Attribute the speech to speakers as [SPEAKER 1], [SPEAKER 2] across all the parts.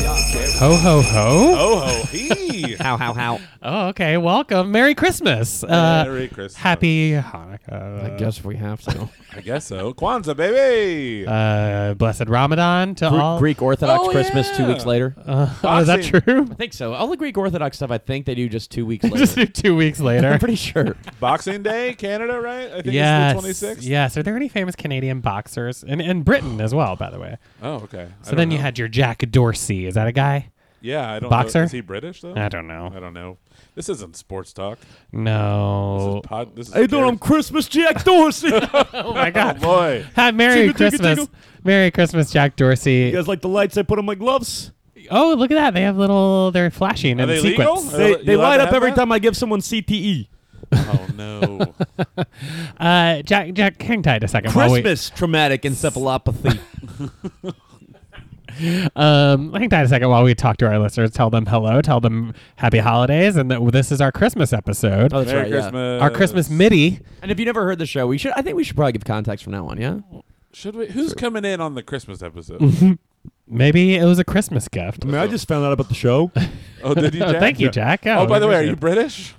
[SPEAKER 1] Ho ho ho.
[SPEAKER 2] Oh, ho, hee.
[SPEAKER 3] How, how, how?
[SPEAKER 1] Oh, okay. Welcome. Merry Christmas. Uh,
[SPEAKER 2] Merry Christmas.
[SPEAKER 1] Happy Hanukkah.
[SPEAKER 3] I guess we have to.
[SPEAKER 2] I guess so. Kwanzaa, baby.
[SPEAKER 1] Uh, blessed Ramadan to
[SPEAKER 3] Gre-
[SPEAKER 1] all.
[SPEAKER 3] Greek Orthodox
[SPEAKER 2] Oh,
[SPEAKER 3] Christmas two
[SPEAKER 2] yeah.
[SPEAKER 3] weeks later.
[SPEAKER 1] Uh, oh, is that
[SPEAKER 2] Boxing.
[SPEAKER 1] true?
[SPEAKER 3] I think so. All the Greek Orthodox stuff, I think they do just two weeks
[SPEAKER 1] Just
[SPEAKER 3] later.
[SPEAKER 1] two weeks
[SPEAKER 3] I'm
[SPEAKER 1] later.
[SPEAKER 3] pretty sure.
[SPEAKER 2] Boxing Day, Canada, right? I think
[SPEAKER 1] yes.
[SPEAKER 2] it's the 26th.
[SPEAKER 1] Yes. Are there any famous Canadian boxers? And, and Britain as well, by the way.
[SPEAKER 2] Oh, okay. I
[SPEAKER 1] So
[SPEAKER 2] don't
[SPEAKER 1] then you
[SPEAKER 2] know.
[SPEAKER 1] had your Jack Dorsey. Is that a guy?
[SPEAKER 2] Yeah, I don't
[SPEAKER 1] Boxer?
[SPEAKER 2] know. Is he British, though?
[SPEAKER 1] I don't know.
[SPEAKER 2] I don't know. This isn't sports talk. This
[SPEAKER 1] No.
[SPEAKER 2] is pod. This is
[SPEAKER 3] Christmas, Jack Dorsey. you
[SPEAKER 1] Oh my
[SPEAKER 2] Oh,
[SPEAKER 1] God.
[SPEAKER 2] boy.
[SPEAKER 1] Hi, Merry
[SPEAKER 3] Jingle, jingle,
[SPEAKER 1] Christmas.
[SPEAKER 3] jingle.
[SPEAKER 1] Merry Christmas, Jack Dorsey.
[SPEAKER 3] like the lights I put on my gloves?
[SPEAKER 1] Oh, look at that. They have little, they're flashing
[SPEAKER 2] Are
[SPEAKER 1] in
[SPEAKER 2] they
[SPEAKER 1] sequence.
[SPEAKER 2] legal?
[SPEAKER 3] Uh,
[SPEAKER 2] They- You they allowed light to up have every that?
[SPEAKER 3] I give someone E. CTE.
[SPEAKER 2] Oh, no.
[SPEAKER 1] Uh, Jack, Jack, hang tight a second. while we-
[SPEAKER 3] Christmas traumatic encephalopathy.
[SPEAKER 1] Um, hang tight a second while we talk to our listeners. Tell them hello. Tell them happy holidays, and that this is our Christmas episode,
[SPEAKER 3] Oh, that's
[SPEAKER 2] Merry
[SPEAKER 3] right. yeah.
[SPEAKER 2] Christmas.
[SPEAKER 1] our Christmas midi.
[SPEAKER 3] And if you never heard the show, we should. I think we should probably give context from now on. Yeah.
[SPEAKER 2] Should we? Who's coming in on the Christmas episode?
[SPEAKER 1] Maybe it was a Christmas gift.
[SPEAKER 2] mean, I just
[SPEAKER 3] found out about the show.
[SPEAKER 2] oh, did you,
[SPEAKER 1] Oh,
[SPEAKER 2] Jack?
[SPEAKER 1] thank you, Jack.
[SPEAKER 2] Oh, by the way, are you
[SPEAKER 1] appreciate
[SPEAKER 2] British?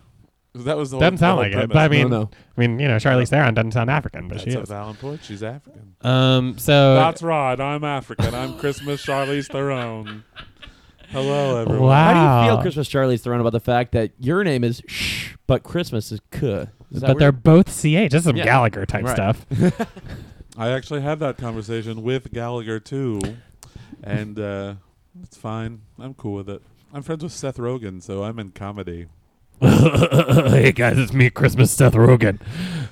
[SPEAKER 2] 'Cause That was
[SPEAKER 1] it.
[SPEAKER 2] the whole-
[SPEAKER 1] Doesn't
[SPEAKER 2] the
[SPEAKER 1] sound
[SPEAKER 2] whole
[SPEAKER 1] like it,
[SPEAKER 2] premise.
[SPEAKER 1] but I mean,
[SPEAKER 3] no.
[SPEAKER 1] I mean, you know, Charlize Theron doesn't sound African, but
[SPEAKER 2] that's
[SPEAKER 1] she
[SPEAKER 2] a
[SPEAKER 1] is.
[SPEAKER 2] valid point. She's African.
[SPEAKER 1] Um, so
[SPEAKER 2] That's right. I'm African. I'm Christmas Charlize Theron. Hello, everyone.
[SPEAKER 1] wow.
[SPEAKER 3] How do you feel, Christmas Charlie's thrown about the fact that your name is Shh, but Christmas is Kuh? Is that
[SPEAKER 1] but they're
[SPEAKER 3] weird?
[SPEAKER 1] both CH. This is some
[SPEAKER 3] Yeah.
[SPEAKER 1] Gallagher type
[SPEAKER 3] Right.
[SPEAKER 1] stuff.
[SPEAKER 2] I actually had that conversation with Gallagher too, and uh, it's fine. I'm cool with it. I'm friends with Seth Rogen, so I'm in comedy.
[SPEAKER 1] hey guys, it's me, Christmas Seth Rogen.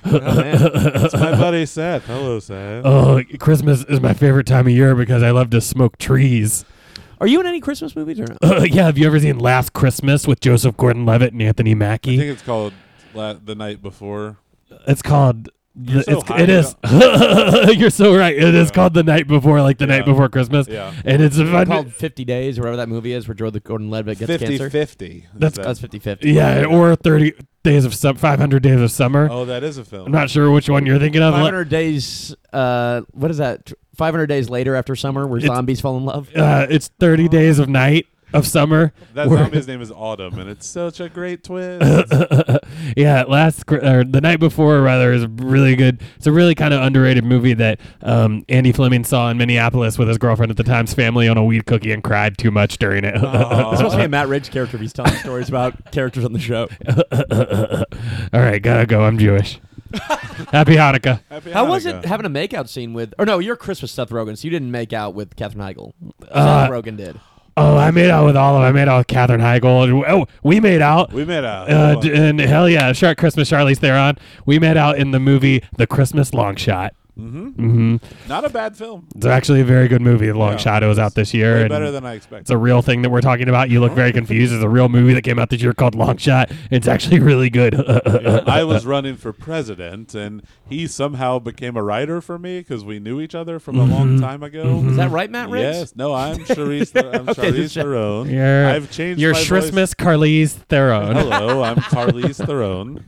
[SPEAKER 2] It's my buddy Seth. Hello, Seth.
[SPEAKER 1] Oh, Christmas is my favorite time of year because I love to smoke trees.
[SPEAKER 3] Are you in any Christmas movies or not?
[SPEAKER 1] yeah, have you ever seen Last Christmas with Joseph Gordon-Levitt and Anthony
[SPEAKER 2] I
[SPEAKER 1] Mackie?
[SPEAKER 2] think it's called La- the night before.
[SPEAKER 1] It's called. The,
[SPEAKER 2] so
[SPEAKER 1] it's,
[SPEAKER 2] high
[SPEAKER 1] it is. You're so right. It is
[SPEAKER 2] Yeah.
[SPEAKER 1] called the night before, like the night
[SPEAKER 2] Yeah.
[SPEAKER 1] before Christmas,
[SPEAKER 2] Yeah,
[SPEAKER 1] and it's a fun.
[SPEAKER 3] called 50 Days or whatever that movie is where Joe the Gordon Levitt gets cancer?
[SPEAKER 2] 50-50.
[SPEAKER 1] That's-
[SPEAKER 3] That's 50 50.
[SPEAKER 1] yeah, or thirty days of sum, five hundred days of summer.
[SPEAKER 2] Oh, that is a film.
[SPEAKER 1] I'm not sure which one you're thinking of.
[SPEAKER 3] 500 Days, uh, what is that? 500 Days Later After Summer where
[SPEAKER 1] It's-
[SPEAKER 3] zombies fall in love?
[SPEAKER 1] Uh, it's thirty days of night of summer.
[SPEAKER 2] Oh. that
[SPEAKER 1] We're-
[SPEAKER 2] zombie's name is Autumn, and it's such a great twist.
[SPEAKER 1] yeah, last Chri- or the night before rather is really good. It's a really kind of underrated movie that um, Andy Fleming saw in Minneapolis with his girlfriend at the time's family on a weed cookie and cried too much during it.
[SPEAKER 2] Aw.
[SPEAKER 3] This must be a Matt Ridge character if he's telling stories about characters on the show.
[SPEAKER 1] All right, gotta go. I'm Jewish. Happy Hanukkah.
[SPEAKER 2] Happy
[SPEAKER 3] How was
[SPEAKER 2] Hanukkah.
[SPEAKER 3] it having a makeout scene with? Or no, you're Christmas Seth Rogen, so you didn't make out with Katherine Heigl.
[SPEAKER 1] Uh,
[SPEAKER 3] Seth Rogen did.
[SPEAKER 1] Oh, I made out with all of. I made out with Katherine Heigl. Oh, we made out.
[SPEAKER 2] We made a
[SPEAKER 1] Uh, d- and hell yeah, Shark Christmas, Charlize Theron. We met out in the movie The Christmas Long Shot.
[SPEAKER 2] Mhm.
[SPEAKER 1] hmm
[SPEAKER 2] not a bad film.
[SPEAKER 1] It's actually a very good movie. Long
[SPEAKER 2] Yeah.
[SPEAKER 1] Shot. It was out this year.
[SPEAKER 2] Way
[SPEAKER 1] and-
[SPEAKER 2] better than I
[SPEAKER 1] It's
[SPEAKER 2] expected.
[SPEAKER 1] a real thing that we're talking about. You look very confused. It's a real movie that came out this year called Long Shot. It's actually really good.
[SPEAKER 2] Yeah, I was running for president, and he somehow became a writer for me because we knew each other from a long time ago.
[SPEAKER 3] Mm-hmm. Is that right, Matt Ridge?
[SPEAKER 2] Yes. No, I'm Charisse. I'm
[SPEAKER 3] Okay,
[SPEAKER 2] Charisse
[SPEAKER 3] just check.
[SPEAKER 2] Theron.
[SPEAKER 1] Your-
[SPEAKER 2] I've changed
[SPEAKER 1] Your
[SPEAKER 2] my
[SPEAKER 1] Christmas Carlise
[SPEAKER 2] Voice.
[SPEAKER 1] Theron.
[SPEAKER 2] Hello, I'm Charlize Theron.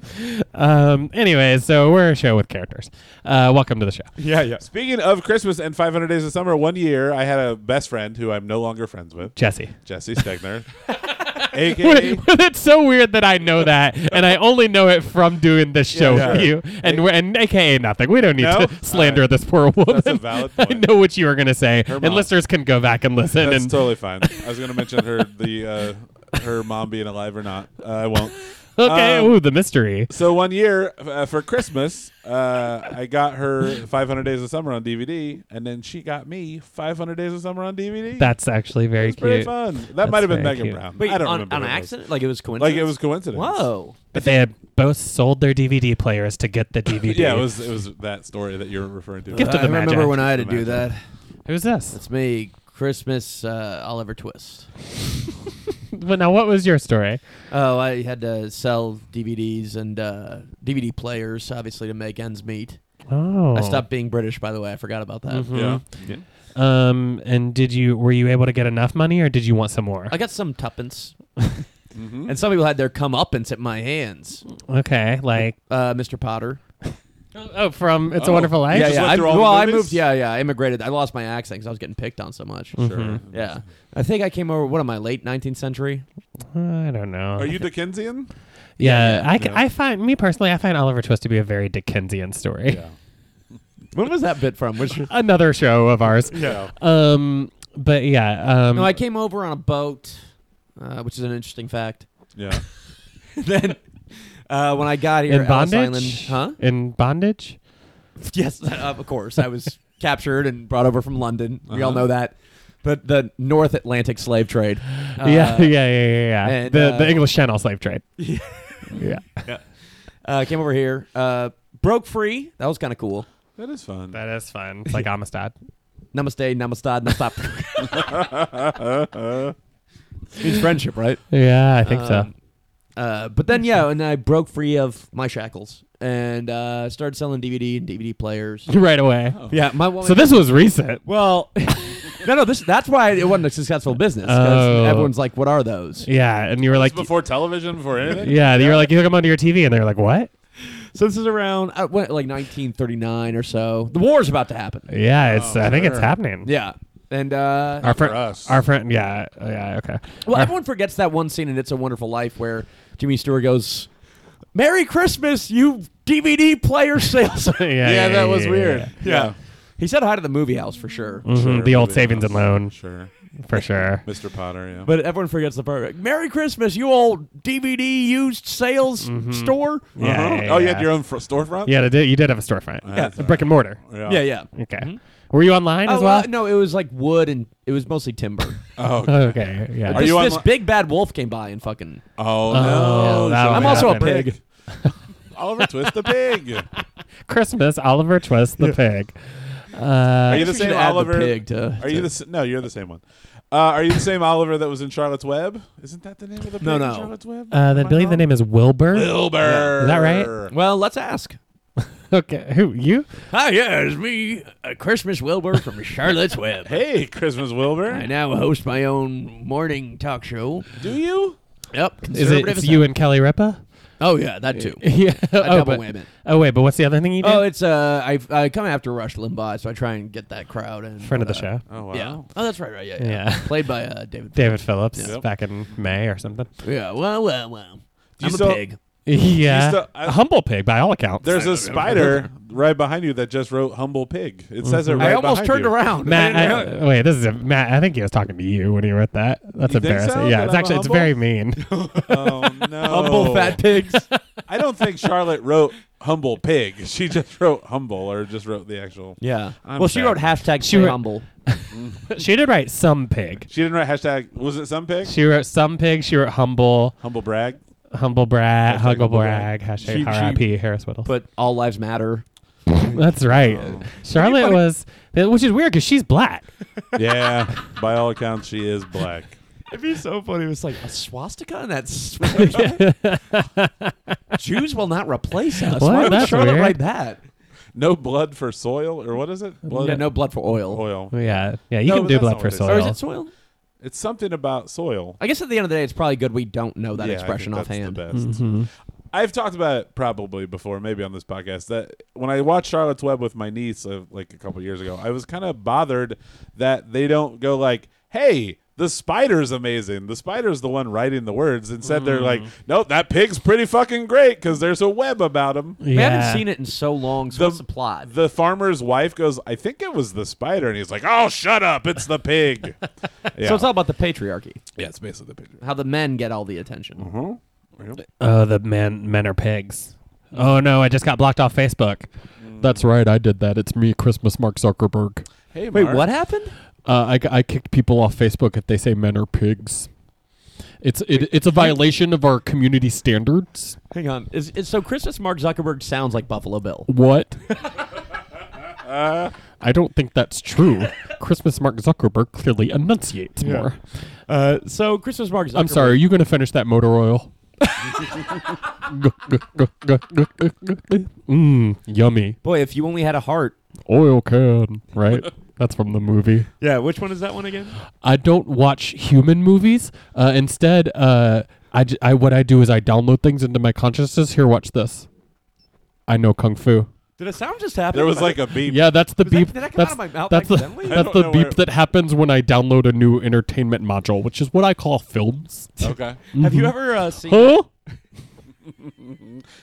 [SPEAKER 1] um, anyways, so we're a show with characters. Uh, welcome to the show.
[SPEAKER 2] Yeah, yeah. Speaking of Christmas and 500 Days of Summer, one year I had a best friend who I'm no longer friends with,
[SPEAKER 1] Jesse.
[SPEAKER 2] Jesse Stegner, aka
[SPEAKER 1] That's so weird that I know that, and I only know it from doing this show
[SPEAKER 2] Yeah,
[SPEAKER 1] with
[SPEAKER 2] sure.
[SPEAKER 1] you, and we're, and AKA nothing. We don't need
[SPEAKER 2] No?
[SPEAKER 1] to slander
[SPEAKER 2] All right.
[SPEAKER 1] this poor woman.
[SPEAKER 2] That's a valid
[SPEAKER 1] I
[SPEAKER 2] point.
[SPEAKER 1] know what you were gonna say,
[SPEAKER 2] Her
[SPEAKER 1] and
[SPEAKER 2] mom.
[SPEAKER 1] listeners can go back and listen.
[SPEAKER 2] That's
[SPEAKER 1] and
[SPEAKER 2] totally fine. I was going to mention her the uh, her mom being alive or not. Uh, I won't.
[SPEAKER 1] okay,
[SPEAKER 2] Um,
[SPEAKER 1] ooh, the mystery.
[SPEAKER 2] So one year uh, for Christmas, uh, I got her 500 Days of Summer on DVD, and then she got me 500 Days of Summer on DVD.
[SPEAKER 1] That's actually very
[SPEAKER 2] It was
[SPEAKER 1] cute.
[SPEAKER 2] pretty fun. That might have been
[SPEAKER 1] very
[SPEAKER 2] Megan
[SPEAKER 1] cute.
[SPEAKER 2] Brown.
[SPEAKER 3] Wait,
[SPEAKER 2] I don't
[SPEAKER 3] on,
[SPEAKER 2] remember
[SPEAKER 3] on
[SPEAKER 2] who it was.
[SPEAKER 3] accident? Like it was coincidence?
[SPEAKER 2] Like it was coincidence.
[SPEAKER 3] Whoa.
[SPEAKER 1] But they had both sold their DVD players to get the DVD.
[SPEAKER 2] Yeah, it was it was that story that you're referring to.
[SPEAKER 1] Gift of
[SPEAKER 3] I
[SPEAKER 1] the
[SPEAKER 3] remember
[SPEAKER 1] Magi.
[SPEAKER 3] when I had to
[SPEAKER 2] Gift of
[SPEAKER 3] do
[SPEAKER 2] the
[SPEAKER 3] that.
[SPEAKER 1] Who's this?
[SPEAKER 3] It's me, Christmas uh, Oliver Twist.
[SPEAKER 1] But now, what was your story?
[SPEAKER 3] Oh, I had to sell DVDs and uh, DVD players, obviously, to make ends meet.
[SPEAKER 1] Oh,
[SPEAKER 3] I stopped being British, by the way. I forgot about that.
[SPEAKER 2] yeah.
[SPEAKER 1] Um, and did you were you able to get enough money, or did you want some more?
[SPEAKER 3] I got some tuppence,
[SPEAKER 2] Mhm.
[SPEAKER 3] and some people had their comeuppance at my hands.
[SPEAKER 1] Okay, like
[SPEAKER 3] Uh, Mr. Potter.
[SPEAKER 1] Oh, from It's a
[SPEAKER 2] Oh.
[SPEAKER 1] Wonderful Life.
[SPEAKER 2] You
[SPEAKER 3] yeah,
[SPEAKER 2] just
[SPEAKER 3] yeah.
[SPEAKER 2] went
[SPEAKER 3] I,
[SPEAKER 2] through all the
[SPEAKER 3] well, I
[SPEAKER 2] movies?
[SPEAKER 3] moved. Yeah, yeah. I immigrated. I lost my accent because I was getting picked on so much.
[SPEAKER 1] Mm-hmm.
[SPEAKER 2] Sure.
[SPEAKER 3] Yeah, I think I came over. What am I? Late 19th century.
[SPEAKER 1] Oh, I don't know.
[SPEAKER 2] Are you Dickensian?
[SPEAKER 1] yeah, I, c-
[SPEAKER 2] yeah.
[SPEAKER 1] I find me personally, I find Oliver Twist to be a very Dickensian story.
[SPEAKER 3] When was that bit from? Which
[SPEAKER 2] Um,
[SPEAKER 1] Another show of ours.
[SPEAKER 2] Yeah.
[SPEAKER 1] Um, but yeah, um,
[SPEAKER 3] no, I came over on a boat, uh, which is an interesting fact.
[SPEAKER 2] Yeah.
[SPEAKER 3] then uh, when I got here,
[SPEAKER 1] in
[SPEAKER 3] Ellis
[SPEAKER 1] bondage.
[SPEAKER 3] Island,
[SPEAKER 1] In bondage.
[SPEAKER 3] huh? Yes, uh, of course. I was captured and brought over from London. We all
[SPEAKER 2] Uh-huh.
[SPEAKER 3] know that. But the North Atlantic slave trade. Uh,
[SPEAKER 1] yeah, yeah, yeah, yeah. yeah.
[SPEAKER 3] and,
[SPEAKER 1] the
[SPEAKER 3] uh,
[SPEAKER 1] the English Channel slave trade.
[SPEAKER 3] Yeah.
[SPEAKER 1] yeah.
[SPEAKER 3] Uh, came over here, uh, broke free. That was kind of cool.
[SPEAKER 2] That is fun.
[SPEAKER 1] That is fun. It's like Amistad.
[SPEAKER 3] Namaste, namastad, namaste.
[SPEAKER 2] Uh,
[SPEAKER 3] Means friendship, right?
[SPEAKER 1] Yeah, I think so.
[SPEAKER 3] Um, Uh, but then, yeah, and I broke free of my shackles and uh, started selling DVD and DVD players.
[SPEAKER 1] Right away.
[SPEAKER 3] oh, yeah, my woman.
[SPEAKER 1] So this was recent.
[SPEAKER 3] well, no, no, this that's why it wasn't a successful business.
[SPEAKER 1] Oh.
[SPEAKER 3] 'cause Everyone's like, "What are those?"
[SPEAKER 1] Yeah, and you were like,
[SPEAKER 2] It's before television, before anything.
[SPEAKER 1] yeah, you were like, you hook them onto your TV, and they're like, what?
[SPEAKER 3] So this is around uh, what, like 1939 or so. The war's about to happen.
[SPEAKER 1] Yeah, it's.
[SPEAKER 2] Oh,
[SPEAKER 1] I think it's
[SPEAKER 2] sure.
[SPEAKER 1] happening.
[SPEAKER 3] Yeah, and uh,
[SPEAKER 1] Our friend,
[SPEAKER 2] for us.
[SPEAKER 1] our friend, yeah, uh, yeah, okay.
[SPEAKER 3] Well,
[SPEAKER 1] Our-
[SPEAKER 3] everyone forgets that one scene in It's a Wonderful Life where Jimmy Stewart goes, "Merry Christmas, you DVD player salesman."
[SPEAKER 1] yeah,
[SPEAKER 2] Yeah, that was
[SPEAKER 1] yeah,
[SPEAKER 2] weird.
[SPEAKER 1] yeah,
[SPEAKER 2] Yeah.
[SPEAKER 3] he said hi to the movie house for sure,
[SPEAKER 1] yeah. Mhm,
[SPEAKER 2] Sure,
[SPEAKER 1] the old
[SPEAKER 2] movie
[SPEAKER 1] savings and
[SPEAKER 2] house.
[SPEAKER 1] loan
[SPEAKER 2] Sure.
[SPEAKER 1] for sure.
[SPEAKER 2] Mr. Potter, yeah.
[SPEAKER 3] but everyone forgets the part. like, Merry Christmas, you old DVD used sales store.
[SPEAKER 1] Mm-hmm. Yeah,
[SPEAKER 2] Uh-huh.
[SPEAKER 1] yeah,
[SPEAKER 2] oh, you
[SPEAKER 1] yeah.
[SPEAKER 2] had your own fr- storefront?
[SPEAKER 1] Yeah, they did, you did have a storefront.
[SPEAKER 2] Yeah.
[SPEAKER 1] A brick and mortar.
[SPEAKER 2] Yeah.
[SPEAKER 3] Yeah, yeah.
[SPEAKER 1] Okay. Were you online as
[SPEAKER 3] Oh,
[SPEAKER 1] well?
[SPEAKER 3] uh, no, it was like wood and it was mostly timber.
[SPEAKER 2] Oh, okay.
[SPEAKER 1] Okay. Yeah.
[SPEAKER 2] Are
[SPEAKER 3] this,
[SPEAKER 2] you
[SPEAKER 3] this
[SPEAKER 2] onli-
[SPEAKER 3] big bad wolf came by and fucking.
[SPEAKER 2] Oh,
[SPEAKER 1] Oh,
[SPEAKER 2] no.
[SPEAKER 1] that
[SPEAKER 2] So
[SPEAKER 1] would
[SPEAKER 3] I'm also a
[SPEAKER 1] happen.
[SPEAKER 3] pig.
[SPEAKER 2] Oliver Twist the pig.
[SPEAKER 1] Christmas, Oliver Twist the pig. Uh,
[SPEAKER 2] Are you the
[SPEAKER 3] We should
[SPEAKER 2] same
[SPEAKER 3] add the
[SPEAKER 2] Oliver?
[SPEAKER 3] pig to-
[SPEAKER 2] are you
[SPEAKER 3] to-
[SPEAKER 2] the s- no? You're the same one. Uh, are you the same Oliver that was in Charlotte's Web? Isn't that the name of the pig
[SPEAKER 3] No,
[SPEAKER 2] in
[SPEAKER 3] no.
[SPEAKER 2] Charlotte's Web?
[SPEAKER 1] uh,
[SPEAKER 2] Am
[SPEAKER 1] then
[SPEAKER 2] I
[SPEAKER 1] I believe the
[SPEAKER 2] wrong?
[SPEAKER 1] name is Wilbur.
[SPEAKER 2] Wilbur.
[SPEAKER 1] Is that right?
[SPEAKER 3] Well, let's ask.
[SPEAKER 1] Okay. Who you?
[SPEAKER 3] Hi, yeah, it's me, uh, Christmas Wilbur from Charlotte's Web.
[SPEAKER 2] Hey, Christmas Wilbur.
[SPEAKER 3] I now host my own morning talk show.
[SPEAKER 2] Do you?
[SPEAKER 3] Yep.
[SPEAKER 1] Is it
[SPEAKER 3] conservative
[SPEAKER 1] it's
[SPEAKER 3] as
[SPEAKER 1] you
[SPEAKER 3] hell.
[SPEAKER 1] and Kelly Ripa?
[SPEAKER 3] Oh yeah, that too.
[SPEAKER 1] yeah. oh,
[SPEAKER 3] double
[SPEAKER 1] but,
[SPEAKER 3] whammy.
[SPEAKER 1] oh wait, but what's the other thing you did?
[SPEAKER 3] Oh, it's uh, I I come after Rush Limbaugh, so I try and get that crowd and
[SPEAKER 1] friend of the
[SPEAKER 3] uh,
[SPEAKER 1] show,
[SPEAKER 2] Oh wow.
[SPEAKER 3] Yeah. Oh, that's right, right, yeah, yeah.
[SPEAKER 1] Yeah.
[SPEAKER 3] Played by uh, David.
[SPEAKER 1] David Phillips,
[SPEAKER 2] Yep.
[SPEAKER 1] back in May or something.
[SPEAKER 3] Yeah. Well, well, well.
[SPEAKER 2] you
[SPEAKER 3] I'm a
[SPEAKER 2] still-
[SPEAKER 3] pig.
[SPEAKER 1] Yeah,
[SPEAKER 2] still- I-
[SPEAKER 1] a humble pig by all accounts.
[SPEAKER 2] There's a spider right behind you that just wrote "humble pig." It says it right
[SPEAKER 3] I almost
[SPEAKER 2] behind
[SPEAKER 3] turned
[SPEAKER 2] you.
[SPEAKER 3] around.
[SPEAKER 1] Matt,
[SPEAKER 3] I
[SPEAKER 1] I,
[SPEAKER 3] didn't realize-
[SPEAKER 1] wait, this is a, Matt. I think he was talking to you when he wrote that. That's
[SPEAKER 2] You think so?
[SPEAKER 1] embarrassing. Yeah,
[SPEAKER 2] That
[SPEAKER 1] it's
[SPEAKER 2] I'm
[SPEAKER 1] actually it's
[SPEAKER 2] humble?
[SPEAKER 1] very mean.
[SPEAKER 2] Oh no!
[SPEAKER 3] Humble fat pigs.
[SPEAKER 2] I don't think Charlotte wrote "humble pig." She just wrote "humble" or just wrote the actual.
[SPEAKER 3] yeah.
[SPEAKER 2] I'm
[SPEAKER 3] well, she
[SPEAKER 2] fat.
[SPEAKER 3] wrote hashtag
[SPEAKER 1] She
[SPEAKER 3] stay
[SPEAKER 1] wrote-
[SPEAKER 3] humble.
[SPEAKER 1] she did write some pig.
[SPEAKER 2] She didn't write hashtag. Was it some pig?
[SPEAKER 1] She wrote some pig. She wrote humble,
[SPEAKER 2] humble brag.
[SPEAKER 1] humble brag,
[SPEAKER 2] Hashtag humble
[SPEAKER 1] huggle brag,
[SPEAKER 3] She- she-
[SPEAKER 1] hashtag R.I.P. Harris Whittle.
[SPEAKER 3] But all lives matter.
[SPEAKER 1] That's right.
[SPEAKER 2] Oh.
[SPEAKER 1] Charlotte was, which is weird because she's black.
[SPEAKER 2] Yeah, by all accounts, she is black.
[SPEAKER 3] It'd be so funny. It was like a swastika and that's Jews will not replace us.
[SPEAKER 1] What?
[SPEAKER 3] Why would
[SPEAKER 1] That's
[SPEAKER 3] Charlotte
[SPEAKER 1] weird.
[SPEAKER 3] write that?
[SPEAKER 2] No blood for soil, or what is it? Blood
[SPEAKER 3] No, no blood for oil.
[SPEAKER 2] oil.
[SPEAKER 1] Yeah, yeah. You
[SPEAKER 2] No,
[SPEAKER 1] can
[SPEAKER 2] but
[SPEAKER 1] do
[SPEAKER 2] that's
[SPEAKER 1] blood
[SPEAKER 2] not
[SPEAKER 1] for
[SPEAKER 2] what it is.
[SPEAKER 1] soil.
[SPEAKER 3] Or is it soil?
[SPEAKER 2] It's something about soil.
[SPEAKER 3] I guess at the end of the day, it's probably good we don't know that
[SPEAKER 2] Yeah, I
[SPEAKER 3] expression
[SPEAKER 2] think that's
[SPEAKER 3] offhand.
[SPEAKER 2] the best. Mm-hmm. I've talked about it probably before, maybe on this podcast. That when I watched Charlotte's Web with my niece uh, like a couple years ago, I was kind of bothered that they don't go like, "Hey." The spider's amazing. The spider's the one writing the words. Instead, they're like, "Nope, that pig's pretty fucking great because there's a web about him."
[SPEAKER 1] Yeah.
[SPEAKER 3] We haven't seen it in so long. So
[SPEAKER 2] The-
[SPEAKER 3] what's the plot?
[SPEAKER 2] The farmer's wife goes, "I think it was the spider," and he's like, "Oh, shut up! It's the pig." yeah.
[SPEAKER 3] So it's all about the patriarchy,
[SPEAKER 2] yeah, it's basically the pig.
[SPEAKER 3] how the men get all the attention.
[SPEAKER 1] Oh, the men men are pigs. Oh no, I just got blocked off Facebook.
[SPEAKER 2] Mm.
[SPEAKER 4] That's right, I did that. It's me, Christmas Mark Zuckerberg.
[SPEAKER 2] Hey,
[SPEAKER 3] Wait,
[SPEAKER 2] Mark.
[SPEAKER 3] what happened?
[SPEAKER 4] Uh, I, I kicked people off Facebook if they say men are pigs. It's it, it's a violation of our community standards.
[SPEAKER 3] Hang on. Is, is, so Christmas Mark Zuckerberg sounds like Buffalo Bill.
[SPEAKER 4] What? I don't think that's true. Christmas Mark Zuckerberg clearly enunciates more.
[SPEAKER 3] Uh, so Christmas Mark Zuckerberg.
[SPEAKER 4] I'm sorry, are you going to finish that motor oil? Mmm, yummy.
[SPEAKER 3] Boy, if you only had a heart.
[SPEAKER 4] Oil can, right? That's from the movie.
[SPEAKER 3] Yeah, which one is that one again?
[SPEAKER 4] I don't watch human movies. Uh, instead, uh, I, j- I- what I do is I download things into my consciousness. Here, watch this. I know kung fu.
[SPEAKER 3] Did a sound just happen?
[SPEAKER 4] There was like a beep.
[SPEAKER 1] Yeah, that's the
[SPEAKER 3] Was that-
[SPEAKER 1] beep.
[SPEAKER 3] did that come
[SPEAKER 1] that's,
[SPEAKER 3] out of my mouth
[SPEAKER 1] that's the,
[SPEAKER 3] accidentally? I
[SPEAKER 1] that's
[SPEAKER 4] don't
[SPEAKER 1] the
[SPEAKER 4] know
[SPEAKER 1] beep
[SPEAKER 4] where-
[SPEAKER 1] that happens when I download a new entertainment module, which is what I call films.
[SPEAKER 4] Okay.
[SPEAKER 1] Mm-hmm.
[SPEAKER 3] Have you ever uh, seen?
[SPEAKER 1] Huh?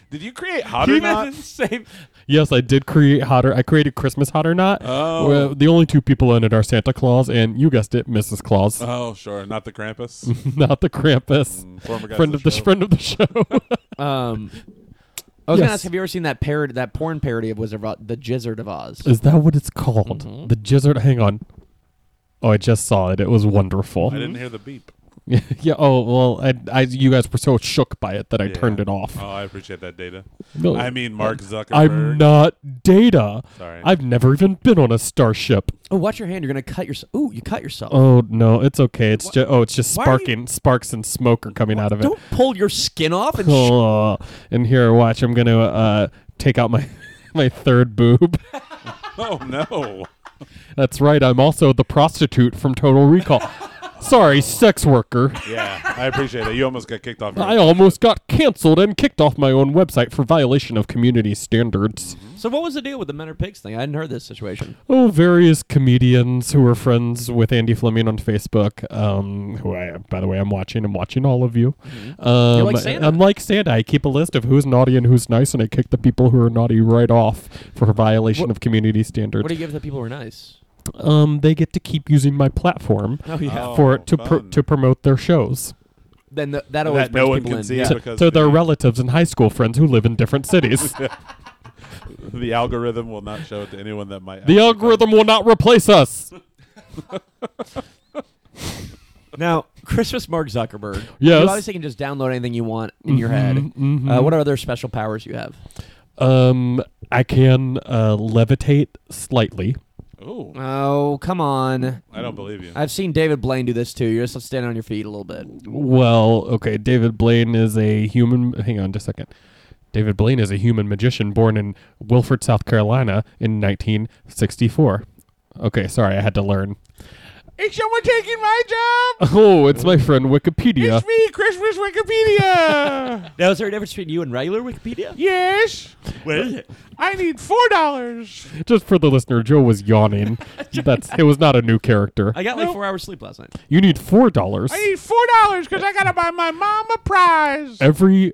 [SPEAKER 4] Did you create hot
[SPEAKER 3] Can
[SPEAKER 4] or
[SPEAKER 3] you
[SPEAKER 4] not?
[SPEAKER 3] imagine the same?
[SPEAKER 1] Yes, I did create hotter. I created Christmas hot or not.
[SPEAKER 4] Oh.
[SPEAKER 1] where the only two people in it are Santa Claus and you guessed it, Mrs. Claus,
[SPEAKER 4] Oh, sure. Not the Krampus.
[SPEAKER 1] not the Krampus.
[SPEAKER 4] Former guy
[SPEAKER 1] Friend of the
[SPEAKER 4] Mm. show.
[SPEAKER 1] friend of the show.
[SPEAKER 3] Um, I was gonna
[SPEAKER 1] Yes.
[SPEAKER 3] ask, have you ever seen that parody, that porn parody of Wizard of Oz, the Jizzard of Oz?
[SPEAKER 1] Is that what it's called?
[SPEAKER 4] Mm-hmm.
[SPEAKER 1] The Jizzard. Hang on. Oh, I just saw it. It was wonderful.
[SPEAKER 4] I didn't hear the beep.
[SPEAKER 1] yeah. Oh well. I, I. You guys were so shook by it that I
[SPEAKER 4] Yeah.
[SPEAKER 1] turned it off.
[SPEAKER 4] Oh, I appreciate that data.
[SPEAKER 1] No.
[SPEAKER 4] I mean, Mark Zuckerberg.
[SPEAKER 1] I'm not data.
[SPEAKER 4] Sorry.
[SPEAKER 1] I've never even been on a starship.
[SPEAKER 3] Oh, watch your hand. You're gonna cut yourself. Ooh, you cut yourself.
[SPEAKER 1] Oh no, it's okay. It's just oh, it's just
[SPEAKER 3] why are you-
[SPEAKER 1] sparking sparks and smoke are coming out of it.
[SPEAKER 3] Don't pull your skin off and. Sh-
[SPEAKER 1] Oh, and here, watch. I'm gonna uh, take out my my third boob.
[SPEAKER 4] Oh no.
[SPEAKER 1] That's right. I'm also the prostitute from Total Recall. Sorry, sex worker.
[SPEAKER 4] Yeah, I appreciate that. You almost got kicked off. your-
[SPEAKER 1] I almost got canceled and kicked off my own website for violation of community standards.
[SPEAKER 3] so what was the deal with the men are pigs thing? I hadn't heard this situation.
[SPEAKER 1] Oh, various comedians who were friends with Andy Fleming on Facebook. Um, who I, by the way, I'm watching. I'm watching all of you. Um,
[SPEAKER 3] Mm-hmm. like Santa.
[SPEAKER 1] I'm like Santa. I keep a list of who's naughty and who's nice, and I kick the people who are naughty right off for violation of community standards.
[SPEAKER 3] What do you give the people who are nice?
[SPEAKER 1] um, they get to keep using my platform
[SPEAKER 3] Oh yeah.
[SPEAKER 4] Oh,
[SPEAKER 1] for to pr-
[SPEAKER 4] fun.
[SPEAKER 1] to promote their shows
[SPEAKER 3] Then th- that always
[SPEAKER 4] that no
[SPEAKER 3] brings
[SPEAKER 4] one
[SPEAKER 3] people
[SPEAKER 4] can
[SPEAKER 3] in.
[SPEAKER 4] see
[SPEAKER 3] Yeah.
[SPEAKER 4] it
[SPEAKER 1] to,
[SPEAKER 4] because
[SPEAKER 1] to their
[SPEAKER 4] the,
[SPEAKER 1] relatives and high school friends who live in different cities.
[SPEAKER 4] the algorithm will not show it to anyone that might.
[SPEAKER 1] the algorithm will not replace us.
[SPEAKER 3] Now, Christmas Mark Zuckerberg.
[SPEAKER 1] Yes. Mm-hmm,
[SPEAKER 3] You obviously can just download anything you want in your head. Uh, what are other special powers you have?
[SPEAKER 1] Um, I can uh, levitate slightly.
[SPEAKER 4] Oh,
[SPEAKER 3] Oh, come on.
[SPEAKER 4] I don't believe you.
[SPEAKER 3] I've seen David Blaine do this too. You're just standing on your feet a little bit.
[SPEAKER 1] Well, okay, David Blaine is a human. Hang on just a second. David Blaine is a human magician born in Wilford, South Carolina in 1964. Okay, sorry, I had to learn.
[SPEAKER 4] Is someone taking my job?
[SPEAKER 1] Oh, it's my friend Wikipedia.
[SPEAKER 4] me, Christmas Wikipedia.
[SPEAKER 3] Now, is there a difference between you and regular Wikipedia?
[SPEAKER 4] yes.
[SPEAKER 3] What is it?
[SPEAKER 4] I need four dollars.
[SPEAKER 1] Just for the listener, Joe was yawning. That's it was not a new character.
[SPEAKER 3] I got like four hours sleep last night.
[SPEAKER 1] You need four dollars
[SPEAKER 4] four dollars because I gotta buy my mom a prize.
[SPEAKER 1] every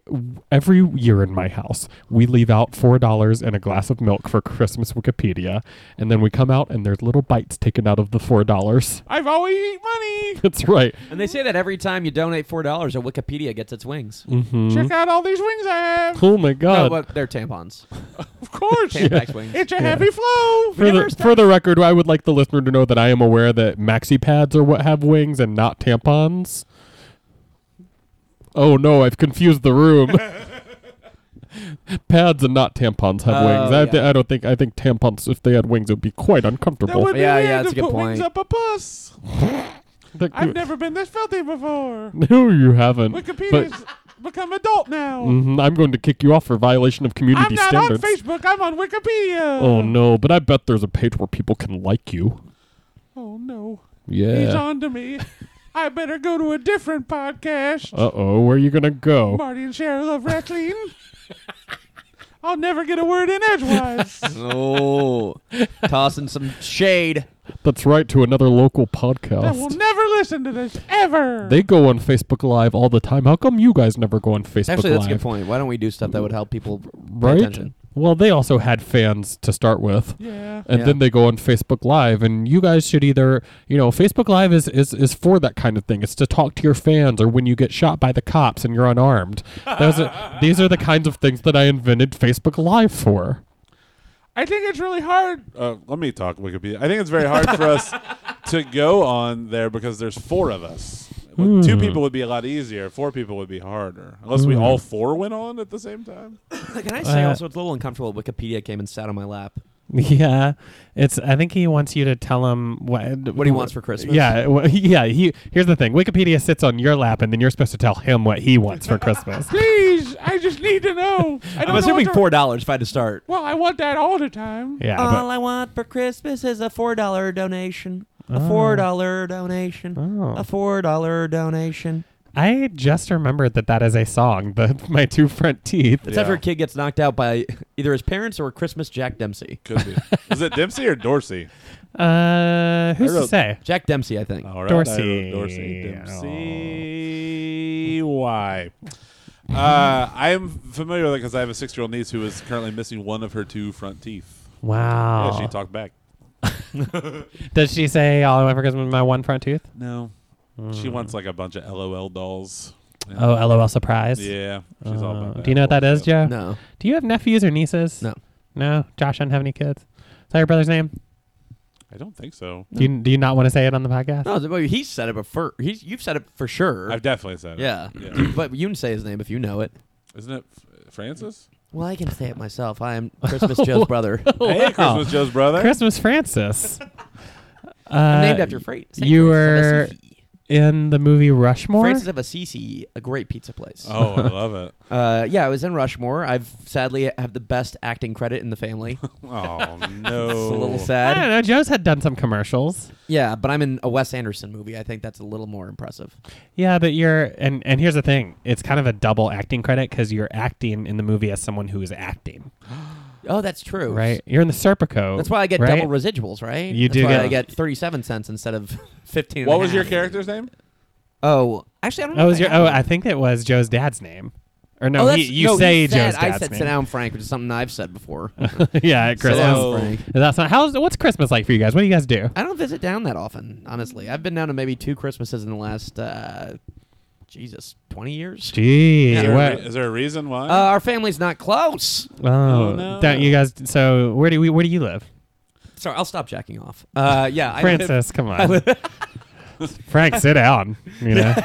[SPEAKER 1] every year in my house. We leave out four dollars and a glass of milk for Christmas Wikipedia, and then we come out and there's little bites taken out of the four dollars.
[SPEAKER 4] I've always eat money.
[SPEAKER 1] That's right.
[SPEAKER 3] And they say that every time you donate $4, a Wikipedia gets its wings.
[SPEAKER 1] Hmm?
[SPEAKER 4] Check out all these wings I have.
[SPEAKER 1] Oh my
[SPEAKER 3] No,
[SPEAKER 1] god.
[SPEAKER 3] but they're tampons.
[SPEAKER 4] Of course,
[SPEAKER 3] Tampax wings.
[SPEAKER 4] it's a heavy flow.
[SPEAKER 1] for, the, for the record, I would like the listener to know that I am aware that maxi pads are what have wings and not tampons. Oh no, I've confused the room. pads and not tampons have wings.
[SPEAKER 3] Oh,
[SPEAKER 1] I, thi-
[SPEAKER 3] yeah.
[SPEAKER 1] I don't think I think tampons if they had wings it would be quite
[SPEAKER 4] That
[SPEAKER 1] uncomfortable.
[SPEAKER 4] would be
[SPEAKER 3] Yeah,
[SPEAKER 4] weird
[SPEAKER 3] yeah,
[SPEAKER 4] to
[SPEAKER 3] that's a good
[SPEAKER 4] put wings
[SPEAKER 3] point.
[SPEAKER 4] up a puss.
[SPEAKER 1] That-
[SPEAKER 4] I've never been this filthy before.
[SPEAKER 1] no, you haven't. But
[SPEAKER 4] Wikipedia's become adult now.
[SPEAKER 1] mhm, I'm going to kick you off for violation of community
[SPEAKER 4] I'm not
[SPEAKER 1] standards.
[SPEAKER 4] on Facebook. I'm on Wikipedia.
[SPEAKER 1] Oh no, but I bet there's a page where people can like you.
[SPEAKER 4] Oh no. He's
[SPEAKER 1] Yeah.
[SPEAKER 4] on to me. I better go to a different podcast.
[SPEAKER 1] Uh oh, where are you gonna go?
[SPEAKER 4] Marty and Cheryl love wrestling. I'll never get a word in edgewise.
[SPEAKER 3] oh. Tossing some shade.
[SPEAKER 1] That's right to another local
[SPEAKER 4] I will
[SPEAKER 1] podcast.
[SPEAKER 4] never listen to this ever.
[SPEAKER 1] They go on Facebook Live all the time. How come you guys never go on Facebook
[SPEAKER 3] Actually, that's
[SPEAKER 1] Live?
[SPEAKER 3] a good point. Why don't we do stuff that would help people pay
[SPEAKER 1] Right?
[SPEAKER 3] attention?
[SPEAKER 1] Well, they also had fans to start with.
[SPEAKER 4] yeah.
[SPEAKER 1] And
[SPEAKER 3] Yeah.
[SPEAKER 1] then they go on Facebook Live, and you guys should either, you know, Facebook Live is, is, is for that kind of thing. It's to talk to your fans, or when you get shot by the cops and you're unarmed. Those are, these are the kinds of things that I invented Facebook Live for.
[SPEAKER 4] I think it's really hard. Uh, let me talk Wikipedia. I think it's very hard for us to go on there because there's four of us. With
[SPEAKER 1] Hmm.
[SPEAKER 4] Two people would be a lot easier. Four people would be harder, unless we all four went on at the same time.
[SPEAKER 3] Can I say
[SPEAKER 5] Uh,
[SPEAKER 3] also it's a little uncomfortable that Wikipedia came and sat on my lap.
[SPEAKER 5] Yeah, it's. I think he wants you to tell him what
[SPEAKER 3] What he wants for Christmas.
[SPEAKER 5] Yeah, wh- yeah. He here's the thing. Wikipedia sits on your lap, and then you're supposed to tell him what he wants for Christmas.
[SPEAKER 4] Please, I just need to know. I don't
[SPEAKER 3] I'm
[SPEAKER 4] know
[SPEAKER 3] assuming
[SPEAKER 4] what to-
[SPEAKER 3] four dollars if I had to start.
[SPEAKER 4] Well, I want that all the time.
[SPEAKER 5] Yeah,
[SPEAKER 1] Uh,
[SPEAKER 3] All I want for Christmas is a four dollar donation. A four dollar donation.
[SPEAKER 5] Oh.
[SPEAKER 3] A four dollar donation.
[SPEAKER 5] but I just remembered that that is a song. The my two front teeth.
[SPEAKER 3] Except
[SPEAKER 4] Yeah.
[SPEAKER 3] for a kid gets knocked out by Either his parents or Christmas Jack Dempsey.
[SPEAKER 2] Could be. Is it Dempsey or Dorsey?
[SPEAKER 1] Uh, who's
[SPEAKER 2] I wrote-
[SPEAKER 1] to say?
[SPEAKER 3] Jack Dempsey, I think.
[SPEAKER 1] Oh.
[SPEAKER 2] All right, I
[SPEAKER 1] Dorsey. Oh.
[SPEAKER 2] wrote Dorsey. Dempsey. Why? Uh, I'm familiar with it because I have a six-year-old niece who is currently missing one of her two front teeth.
[SPEAKER 1] Wow.
[SPEAKER 2] Yeah, she talked back.
[SPEAKER 1] Does she say all I want for Christmas is my one front tooth?
[SPEAKER 2] No, she
[SPEAKER 1] Hmm.
[SPEAKER 2] wants like a bunch of LOL dolls.
[SPEAKER 1] Oh, LOL surprise.
[SPEAKER 2] Yeah, she's all
[SPEAKER 1] Uh,
[SPEAKER 2] about that.
[SPEAKER 1] do you know what that is, Joe?
[SPEAKER 2] bullshit.
[SPEAKER 3] No.
[SPEAKER 1] Do you have nephews or nieces?
[SPEAKER 3] No.
[SPEAKER 1] No. Josh doesn't have any kids. Is that your brother's name?
[SPEAKER 2] I don't think so.
[SPEAKER 1] Do you do you not want to say it on the podcast?
[SPEAKER 3] No, well, he said it before. He's, you've said it for sure.
[SPEAKER 2] I've definitely said it.
[SPEAKER 3] Er. yeah.
[SPEAKER 2] Yeah.
[SPEAKER 3] but you can say his name if you know it.
[SPEAKER 2] Isn't it F- Francis?
[SPEAKER 3] Well, I can say it myself. I am Christmas Joe's brother.
[SPEAKER 1] Oh,
[SPEAKER 2] Hey, Christmas Joe's brother.
[SPEAKER 1] Christmas Francis. uh,
[SPEAKER 3] I'm named after Freight.
[SPEAKER 1] you were in the movie Rushmore.
[SPEAKER 3] Francis of Assisi, a great pizza place.
[SPEAKER 2] oh, I love it.
[SPEAKER 3] Uh, yeah, I was in Rushmore. I've sadly have the best acting credit in the family. It's
[SPEAKER 2] Oh
[SPEAKER 3] a
[SPEAKER 2] no,
[SPEAKER 3] little
[SPEAKER 1] I don't
[SPEAKER 3] sad.
[SPEAKER 1] know. Joe's had done some commercials.
[SPEAKER 3] Yeah, but I'm in a Wes Anderson movie. I think that's a little more impressive.
[SPEAKER 1] Yeah, but you're and and here's the thing. It's kind of a double acting credit because you're acting in the movie as someone who is acting.
[SPEAKER 3] Oh, that's true.
[SPEAKER 1] Right. You're in the Serpico.
[SPEAKER 3] That's why I get
[SPEAKER 1] Oh, right?
[SPEAKER 3] double residuals, right?
[SPEAKER 1] You
[SPEAKER 3] That's
[SPEAKER 1] do
[SPEAKER 3] why
[SPEAKER 1] get-
[SPEAKER 3] I get 37 cents instead of 15. and
[SPEAKER 2] What
[SPEAKER 3] a
[SPEAKER 2] was your
[SPEAKER 3] half.
[SPEAKER 2] character's name?
[SPEAKER 3] Oh, actually, I don't know.
[SPEAKER 1] Oh,
[SPEAKER 3] if
[SPEAKER 1] was
[SPEAKER 3] I
[SPEAKER 1] your
[SPEAKER 3] have
[SPEAKER 1] oh?
[SPEAKER 3] it.
[SPEAKER 1] I think it was Joe's dad's name. Or no,
[SPEAKER 3] Oh,
[SPEAKER 1] he,
[SPEAKER 3] that's-
[SPEAKER 1] you
[SPEAKER 3] no,
[SPEAKER 1] say
[SPEAKER 3] he
[SPEAKER 1] Joe's
[SPEAKER 3] said,
[SPEAKER 1] dad's
[SPEAKER 3] I said
[SPEAKER 1] name.
[SPEAKER 3] sit down, Frank, which is something I've said before.
[SPEAKER 1] yeah, at
[SPEAKER 3] sit
[SPEAKER 1] Christmas.
[SPEAKER 3] down,
[SPEAKER 2] So-
[SPEAKER 3] Frank.
[SPEAKER 1] That's not how's what's Christmas like for you guys? What do you guys do?
[SPEAKER 3] I don't visit down that often, honestly. I've been down to maybe two Christmases in the last, uh, Jesus, 20 years.
[SPEAKER 1] Gee,
[SPEAKER 2] Is there, a,
[SPEAKER 1] what?
[SPEAKER 2] re- is there a reason why?
[SPEAKER 3] Uh, our family's not close.
[SPEAKER 1] Oh,
[SPEAKER 2] Oh, no.
[SPEAKER 1] don't you guys? So where do we? Where do you live,
[SPEAKER 3] Sorry, I'll stop jacking off. Uh, yeah, I
[SPEAKER 1] Francis? come on, Frank, sit down. You know,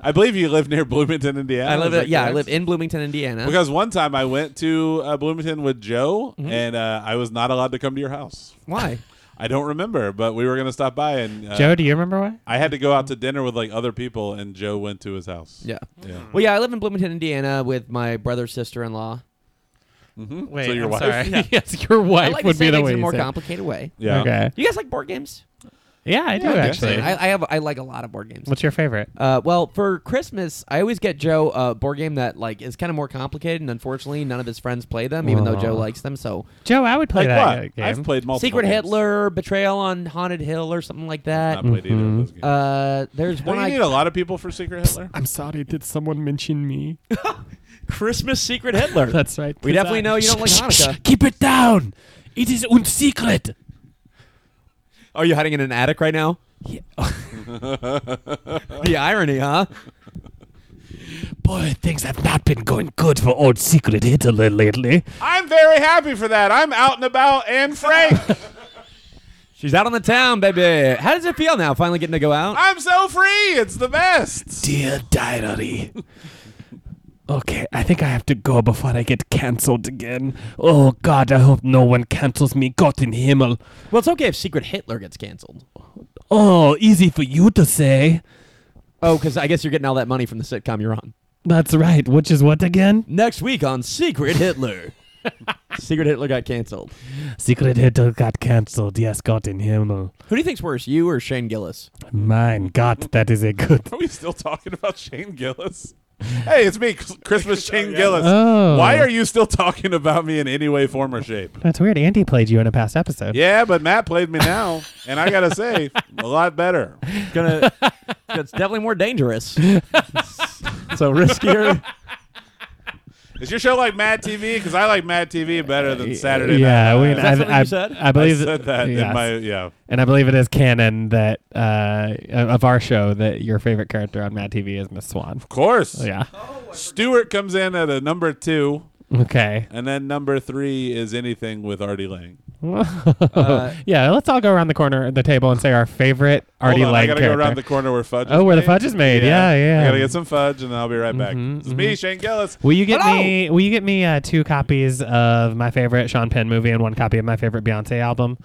[SPEAKER 2] I believe you live near Bloomington, Indiana.
[SPEAKER 3] live, I live
[SPEAKER 2] is that
[SPEAKER 3] yeah, I
[SPEAKER 2] correct?
[SPEAKER 3] live in Bloomington, Indiana.
[SPEAKER 2] Because one time I went to uh, Bloomington with Joe, and uh, I was not allowed to come to your house.
[SPEAKER 3] Why?
[SPEAKER 2] I don't remember, but we were going to stop by, and uh,
[SPEAKER 1] Joe, do you remember why?
[SPEAKER 2] I had to go out to dinner with like other people, and Joe went to his house.
[SPEAKER 3] Yeah.
[SPEAKER 2] Yeah.
[SPEAKER 3] Well, yeah, I live in Bloomington, Indiana, with my brother's sister-in-law. Hmm?
[SPEAKER 1] Wait,
[SPEAKER 2] your
[SPEAKER 1] I'm
[SPEAKER 2] wife-
[SPEAKER 1] sorry. yes, your wife
[SPEAKER 3] I like to
[SPEAKER 1] would
[SPEAKER 3] say
[SPEAKER 1] be the
[SPEAKER 3] things
[SPEAKER 1] way.
[SPEAKER 3] in a
[SPEAKER 1] you
[SPEAKER 3] more
[SPEAKER 1] said.
[SPEAKER 3] complicated way.
[SPEAKER 2] Yeah.
[SPEAKER 1] Okay.
[SPEAKER 3] You guys like board games?
[SPEAKER 1] Yeah, I do
[SPEAKER 2] I guess
[SPEAKER 1] actually.
[SPEAKER 2] so.
[SPEAKER 3] I, I have I like a lot of board games.
[SPEAKER 1] what's your favorite?
[SPEAKER 3] Uh, well, for Christmas, I always get Joe a board game that like is kind of more complicated, and unfortunately, none of his friends play them, even though
[SPEAKER 1] Aw.
[SPEAKER 3] Joe likes them. So,
[SPEAKER 1] Joe, I would play
[SPEAKER 2] Like
[SPEAKER 1] that
[SPEAKER 2] what?
[SPEAKER 1] uh, game.
[SPEAKER 2] I've played multiple.
[SPEAKER 3] Secret
[SPEAKER 2] games.
[SPEAKER 3] Hitler, Betrayal on Haunted Hill, or something like
[SPEAKER 2] Not
[SPEAKER 3] that.
[SPEAKER 2] played either of those games.
[SPEAKER 3] Uh, there's
[SPEAKER 2] Don't
[SPEAKER 3] one
[SPEAKER 2] you
[SPEAKER 3] I
[SPEAKER 2] need a lot of people for Secret Hitler?
[SPEAKER 4] I'm sorry. Did someone mention me?
[SPEAKER 3] Christmas Secret Hitler.
[SPEAKER 1] That's right.
[SPEAKER 3] we definitely know you don't like Hanukkah.
[SPEAKER 1] Keep it down. It is un secret.
[SPEAKER 3] Are you Oh, hiding in an attic right now?
[SPEAKER 1] oh,
[SPEAKER 3] the irony, huh?
[SPEAKER 1] Boy, things have not been going good for old secret Hitler lately.
[SPEAKER 2] I'm very happy for that. I'm out and about, and Frank,
[SPEAKER 3] She's out on the town, baby. How does it feel now, finally getting to go out?
[SPEAKER 2] I'm so free. It's the best.
[SPEAKER 1] Dear diary. Okay, I think I have to go before I get cancelled again. Oh God, I hope no one cancels me. God in Himmel.
[SPEAKER 3] Well, it's okay if Secret Hitler gets canceled.
[SPEAKER 1] Oh, easy for you to say.
[SPEAKER 3] Oh, because I guess you're getting all that money from the sitcom you're on.
[SPEAKER 1] That's right. Which is what again?
[SPEAKER 3] Next week on Secret Hitler. Secret Hitler got canceled.
[SPEAKER 1] Secret Hitler got cancelled. Yes, God in Himmel.
[SPEAKER 3] Who do you think's worse, you or Shane Gillis?
[SPEAKER 1] Mine, God, that is a good.
[SPEAKER 2] Are we still talking about Shane Gillis? Hey, it's me, Christmas Shane Gillis.
[SPEAKER 1] Oh.
[SPEAKER 2] Why are you still talking about me in any way, form, or shape?
[SPEAKER 1] That's weird. Andy played you in a past episode.
[SPEAKER 2] Yeah, but Matt played me now, and I gotta say, a lot better.
[SPEAKER 3] Gonna, it's definitely more dangerous. uh, so riskier.
[SPEAKER 2] Is your show like Mad TV? Because I like Mad TV better than Saturday
[SPEAKER 1] yeah,
[SPEAKER 2] Night.
[SPEAKER 1] we,
[SPEAKER 2] Live.
[SPEAKER 1] I,
[SPEAKER 3] that something
[SPEAKER 1] I,
[SPEAKER 3] you said?
[SPEAKER 1] I
[SPEAKER 2] I
[SPEAKER 1] believe
[SPEAKER 2] said that
[SPEAKER 1] yes.
[SPEAKER 2] in my yeah.
[SPEAKER 1] and I believe it is canon that uh, of our show that your favorite character on Mad TV is Miss Swan.
[SPEAKER 2] Of course.
[SPEAKER 1] Yeah.
[SPEAKER 2] Stewart comes in at a number two,
[SPEAKER 1] Okay.
[SPEAKER 2] and then number three is anything with Artie Lang.
[SPEAKER 1] yeah. Let's all go around the corner of the table and say our favorite Artie
[SPEAKER 2] Hold on, I
[SPEAKER 1] Lang
[SPEAKER 2] gotta
[SPEAKER 1] character.
[SPEAKER 2] go around the corner where fudge.
[SPEAKER 1] Oh,
[SPEAKER 2] is
[SPEAKER 1] where the
[SPEAKER 2] made.
[SPEAKER 1] fudge is made. Yeah, yeah.
[SPEAKER 2] I gotta get some fudge, and then I'll be right back.
[SPEAKER 1] Mhm,
[SPEAKER 2] It's me, Shane Gillis.
[SPEAKER 1] Will you get
[SPEAKER 3] Hello!
[SPEAKER 1] me? Will you get me uh, two copies of my favorite Sean Penn movie and one copy of my favorite Beyonce album?